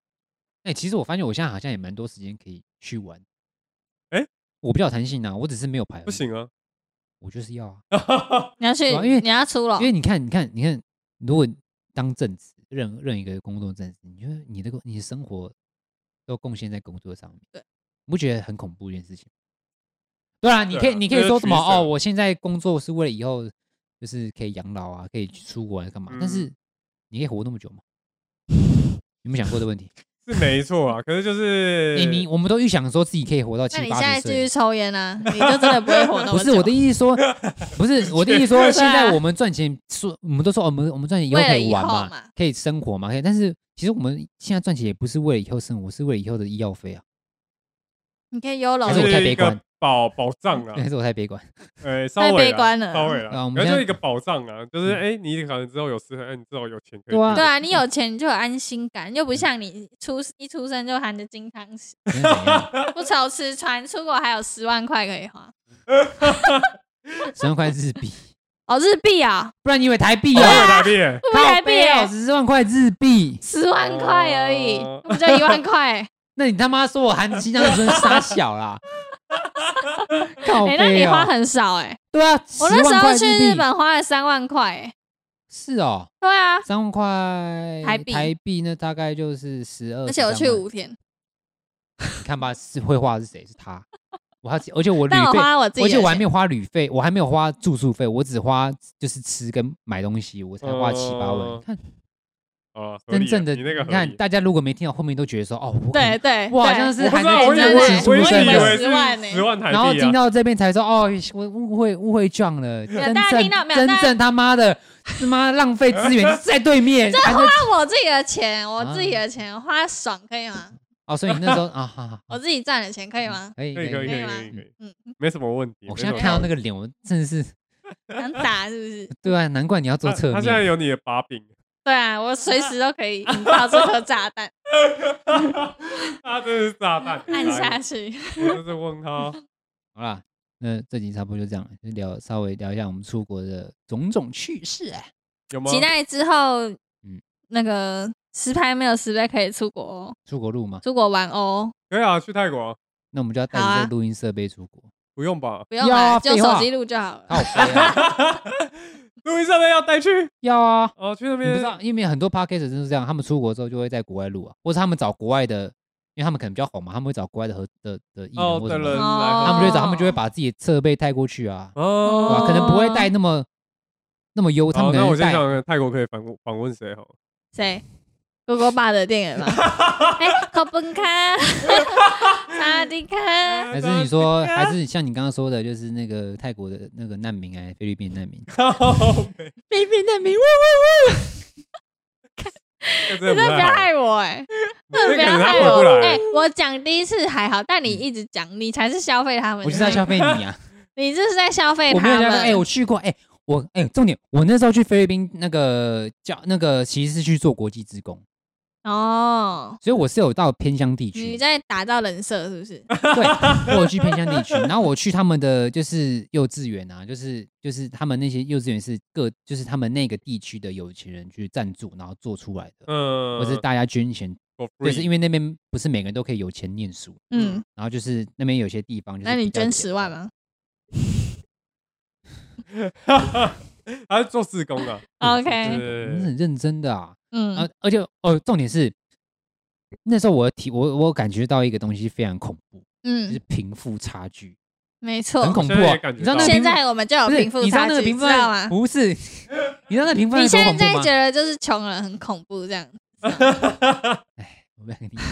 B: 哎、其实我发现我现在好像也蛮多时间可以去玩。
A: 诶
B: 我比较有弹性啊，我只是没有排。
A: 不，行啊，
B: 我就是要啊，
D: 你要去
B: 对啊因为，
D: 你要出了
B: 因，为你看，你看，你看，如果当正职，任任一个工作正职，你觉得你的工你的生活都贡献在工作上面，
D: 对，
B: 你不觉得很恐怖一件事情吗？对啊，你
A: 对
B: 可以，
A: 啊
B: 你
A: 这
B: 可以
A: 是
B: 说什
A: 取
B: 么？哦，
A: 舍
B: 我现在工作是为了以后就是可以养老啊，可以去出国啊，干嘛？
A: 嗯
B: 但是你可以活那么久吗？有没有想过这问题？
A: 是没错啊，可是就是
B: 你你我们都预想说自己可以活到
D: 那
B: 七
D: 你现
B: 八
D: 在
B: 十
D: 继续
B: 岁，
D: 抽烟啊，你就真的不会活那么久。
B: 不是我的意 思说，不是我的意思
A: 啊
B: 说，现在我们赚钱说，我们都说哦我们我们赚钱以后
D: 为了
B: 可以
D: 以
B: 玩
D: 后
B: 嘛
D: 嘛，
B: 可以生活嘛，可以。但是其实我们现在赚钱也不是为了以后生活，是为了以后的医药费啊。
D: 你可以 YOLO，
B: 还
A: 它
B: 是我
D: 了
B: 太
A: 是
B: 悲
A: 一个
B: 观
A: 保保障 啊，
B: 还是我太悲观。
A: 呃，稍
D: 太
A: 微
D: 悲
A: 啦
D: 观了
A: 稍微了
B: 对啊我，们
A: 反正
B: 现
A: 就
B: 在
A: 一个保障啊，就是
B: 嗯
A: 哎，你可能之后有事，哎，你之后有钱可以
B: 对啊
A: 用
D: 对啊，你有钱你就有安心感，又不
B: 嗯
D: 像你出一出生就含着金汤匙，
B: 你看怎样
D: 不愁吃穿，出国还有十万块可以花。
B: 十万块日币，
D: 哦，日币啊，
B: 不然你以为台币
A: 哦，
B: 哦？
A: 台币耶，
D: 会不会台币耶？
B: 啊十四万块日币？
D: 十万块而已
A: 哦，
D: 那不就一万块？欸
B: 那你他妈说我含金量真是傻小啦！靠
D: 哎、那你
B: 背
D: 花
B: 哦，
D: 很少哎、
B: 对啊，
D: 我
B: 10
D: 那时
B: 万块
D: 候去
B: 币
D: 日本花了三万块、哎，
B: 是哦，
D: 对啊，
B: 三万块
D: 台币
B: 台币那大概就是十二，
D: 而且我去
B: 13万
D: 五天，
B: 你看吧，是绘画是谁？是他。我还而且 我旅
D: 但我
B: 费，
D: 花我自己
B: 而
D: 的
B: 且
D: 钱，
B: 我还没有花旅费，我还没有花住宿费，我只花就是吃跟买东西，我才花七八万。
A: 哦
B: 看
A: 哦，合理啊
B: 真正的，
A: 你那个合
B: 看
A: 理
B: 大家如果没听到后面都觉得说哦，我可能
D: 对对，
B: 哇，好
D: 对
B: 像是
A: 我不
B: 含
A: 知
B: 着
A: 道，我以
B: 金
A: 为
D: 真
B: 汤匙
D: 的欸
B: 出
A: 我以
D: 真的
A: 为
B: 生
A: 是
D: 十万欸
A: 十万台币
B: 然后听
A: 啊，
B: 到这边才说哦，我误会误会撞了，
D: 有
B: 真
D: 大家听
B: 正
D: 到没有
B: 真
D: 大家
B: 正他妈的他妈浪费资源在对面，还是
D: 花我自己的钱，我自己
A: 啊
D: 的钱花爽可以吗？
B: 哦，所以你那时候啊，好好，
D: 我自己赚的钱可 以吗？
B: 可以
A: 可以可以可以可以可以，
D: 嗯，
A: 没什么问题。
B: 哎我现在
A: 没什么
B: 看到
A: 问
B: 那
A: 题
B: 个脸，我真的是
D: 想打是不是？
B: 对啊，难怪你要做
A: 他
B: 侧
A: 他现在
B: 面。
A: 有你的把柄，
D: 对啊，我随时都可以引爆这颗炸弹，
A: 他真的是炸弹，
D: 按下去。
A: 我就是问他，
B: 好啦，那这集差不多就这样了，就聊稍微聊一下我们出国的种种趣事啊。
A: 有吗？
D: 期待之后，
B: 嗯
D: 那个实拍没有实拍可以出国哦，
B: 出国录吗？
D: 出国玩哦，
A: 可以啊，去泰国啊
B: 那我们就要带着
D: 好啊
B: 这个录音设备出国。
A: 不用吧？
D: 不用
B: 要啊
D: 了，就
B: 废话
D: 手机录就好了。
B: 靠北啊
A: 录音设备要带去
B: 要啊，
A: 哦，去那
B: 你不知
A: 边
B: 道，因为很多 podcast 真是这样，他们出国之后就会在国外录啊，或者他们找国外的，因为他们可能比较红嘛，他们会找国外的和的的艺人
A: 哦
B: 或
A: 的
B: 者
A: 人来喝，
D: 哦
B: 他们就会找，他们就会把自己的设备带过去
A: 어.
B: 啊，对吧？
A: 哦
B: 可能不会带那么那么优，他
A: 好，
B: 们可
A: 哦那
B: 能
A: 我
B: 会
A: 先
B: 带
A: 想看泰国可以访问访问谁好了？
D: 谁？哥哥爸的店 员吗？哎，考本卡， 萨迪卡，
B: 还是 你说，还是像你刚刚说的，就是那个泰国的那个难民哎，菲律宾难民，
A: 靠北，
D: 菲律宾的迷雾呜呜，
A: 这真的
D: 你真的
A: 不
D: 不
A: 太
D: 要
A: 好，
D: 害我哎！
A: 这
D: 不
A: 可
D: 要
A: 能他
D: 害
A: 回不
D: 我！哎
A: 来。
D: 我讲第一次还好，但你一直讲，你才是消费他们。
B: 嗯我就是在消，费你啊，
D: 你这是在消费
B: 我没有
D: 他
B: 消
D: 们。
B: 费，哎，我去过，哎，我哎，重点，我那时候去菲律宾那个叫那个，其实是去做国际职工，
D: 哦，
B: 所以我是有到偏乡地
D: 你
B: 区，
D: 在打造人设是不是？
B: 啊对，我有去偏乡地区，然后我去他们的就是幼稚园啊，就是就是他们那些幼稚园是各就是他们那个地区的有钱人去赞助，然后做出来的，
A: 嗯，
B: 或是大家捐钱，就是因为那边不是每个人都可以有钱念书。
D: 嗯，
B: 然后就是那边有些地方就是，
D: 那你捐十万？吗？
A: 为 他是做自工的
D: OK
A: 对
B: 我们是很认真的啊，
D: 嗯
B: 啊，而且哦，重点是那时候我体我我感觉到一个东西非常恐怖，就是
D: 嗯，
B: 贫富差距，
D: 没错
B: 很。恐怖
A: 现在
B: 啊
A: 也！感
B: 你
A: 觉
B: 知道
A: 到
B: 那个
D: 现
B: 贫富
D: 在我们就有
B: 不是
D: 贫富
B: 你知道
D: 差
B: 那
D: 距，
B: 个
D: 知
B: 贫富
D: 道吗？
B: 不是， 你知道那贫富差距多
D: 你现
B: 恐怖
D: 在
B: 吗
D: 觉？得就是穷人很恐怖这样？
B: 我不要跟你讲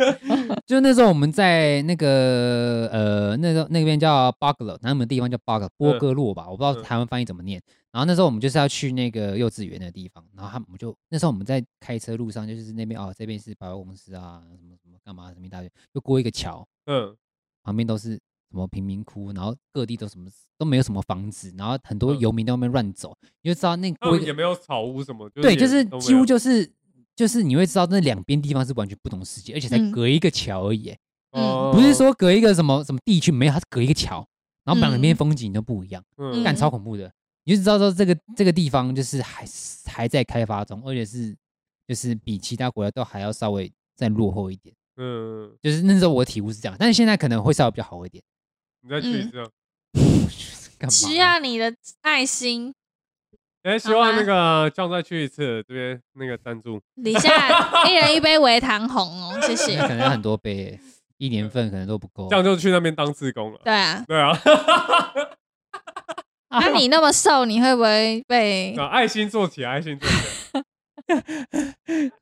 B: 就那时候我们在那个呃，那时候那边叫巴格勒，他们地方叫巴格波格洛吧，我不知道
A: 嗯
B: 台湾翻译怎么念。然后那时候我们就是要去那个幼稚园的地方，然后他们就那时候我们在开车路上，就是那边哦，这边是百货公司啊，什么什么干嘛什么一大堆，就过一个桥，
A: 嗯，
B: 旁边都是什么贫民窟，然后各地都什么都没有什么房子，然后很多
A: 嗯
B: 游民在外面乱走，你就知道那
A: 他
B: 过一
A: 们
B: 个
A: 也没有草屋什么，
B: 对，就是
A: 也都没有
B: 几乎就是就是你会知道那两边地方是完全不同世界，而且才
D: 嗯
B: 隔一个桥而已欸、
A: 哦
B: 不是说隔一个什么什么地区没有，它是隔一个桥，然后两边
D: 嗯
B: 风景都不一样，
A: 嗯
B: 干、
D: 嗯
B: 超恐怖的。你就知道说这个这个地方就是还还在开发中，而且是就是比其他国家都还要稍微再落后一点。
A: 嗯，
B: 就是那时候我的体悟是这样，但是现在可能会稍微比较好一点。
A: 你再去
D: 嗯
A: 一次啊。
B: 干嘛？啊
D: 需要你的 爱心。啊
A: 哎，希望那个酱再去一次，这边那个赞助，
B: 哦
D: 底下一人一杯维糖红哦，谢 谢
B: 那。可能要很多杯 欸，一年份可能都不够
A: 这。样就去那边当自工了。
D: 对 啊，
A: 对啊，
D: 那你那么瘦，你会不会被
B: 啊
A: 那 爱心做起来，爱心做起来。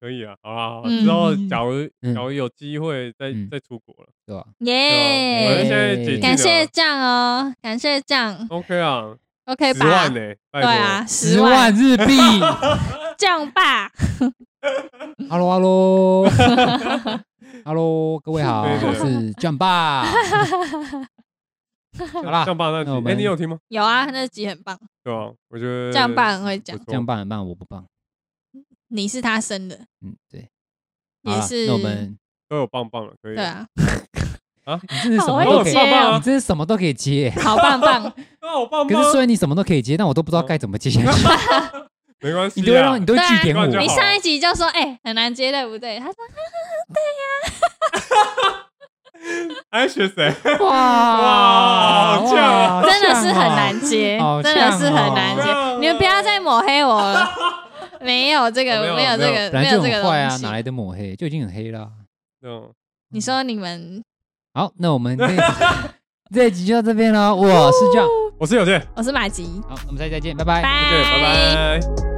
A: 可以啊，好啦，好啦
D: 嗯
A: 之后假如
B: 嗯
A: 假如有机会再
B: 嗯
A: 再出国了，
B: 对吧？
A: 对啊反正
D: 耶
A: 现？在解禁了
D: 感谢酱哦，感谢酱
A: OK 啊，
D: ，OK
A: 十万
D: 吧？
A: 呢、拜
D: 对
A: 托，
D: 啊，
B: 十
D: 十
B: 万
D: 万
B: 日 币。
D: 酱吧，
B: 哈喽哈 喽哈喽，各位好，
A: 对对
B: 我是酱爸。好啦
A: 这，样棒那集
B: 那我，
A: 哎、
B: 们
A: 你有听吗？
D: 有啊，那集很棒，
A: 对啊，我觉得
D: 这样爸很会讲
A: 不错
B: 酱爸很棒，我不棒。
D: 你是他生的，
B: 嗯，对。好
D: 也
B: 啦
D: 是
B: 那我们
A: 都有棒棒了，可以。
D: 对啊，
A: 啊，
B: 你真是什么
D: 好
B: 都
D: 会
B: 可以，
D: 接哦
B: 你真是什么都可以接。
A: 哦
D: 好棒棒，
A: 那好棒
B: 可是
A: 吗？
B: 虽然你什么都可以接，但我都不知道该怎么接下去。
A: 没关系
B: 你
A: 啦，
B: 都会让你都会
D: 对啊
B: 据点我，
A: 就好
D: 你上一集就说，哎、很难接，对不对？他说
A: 哎学谁？哇
B: 哇
A: 好呛啊
B: 哇
D: 真的是很难接，
B: 好像
D: 真
B: 哦
D: 的是很难
A: 好像哦
D: 接。你们不要再抹黑我了， 没有这
A: 哦我没有
D: 个，没有这
A: 没
D: 个，
B: 本
D: 没
B: 来
D: 有
B: 就
D: 这个
B: 很坏啊，哪
D: 东西。
B: 来的抹黑？就已经很黑了。
A: 嗯，
D: 你说你们，
B: 好，那我们这 这一集就到这边了。我是这样，
A: 我是有健，
D: 我是马吉，
B: 好，我们下期再见，拜拜。
A: 对，拜拜。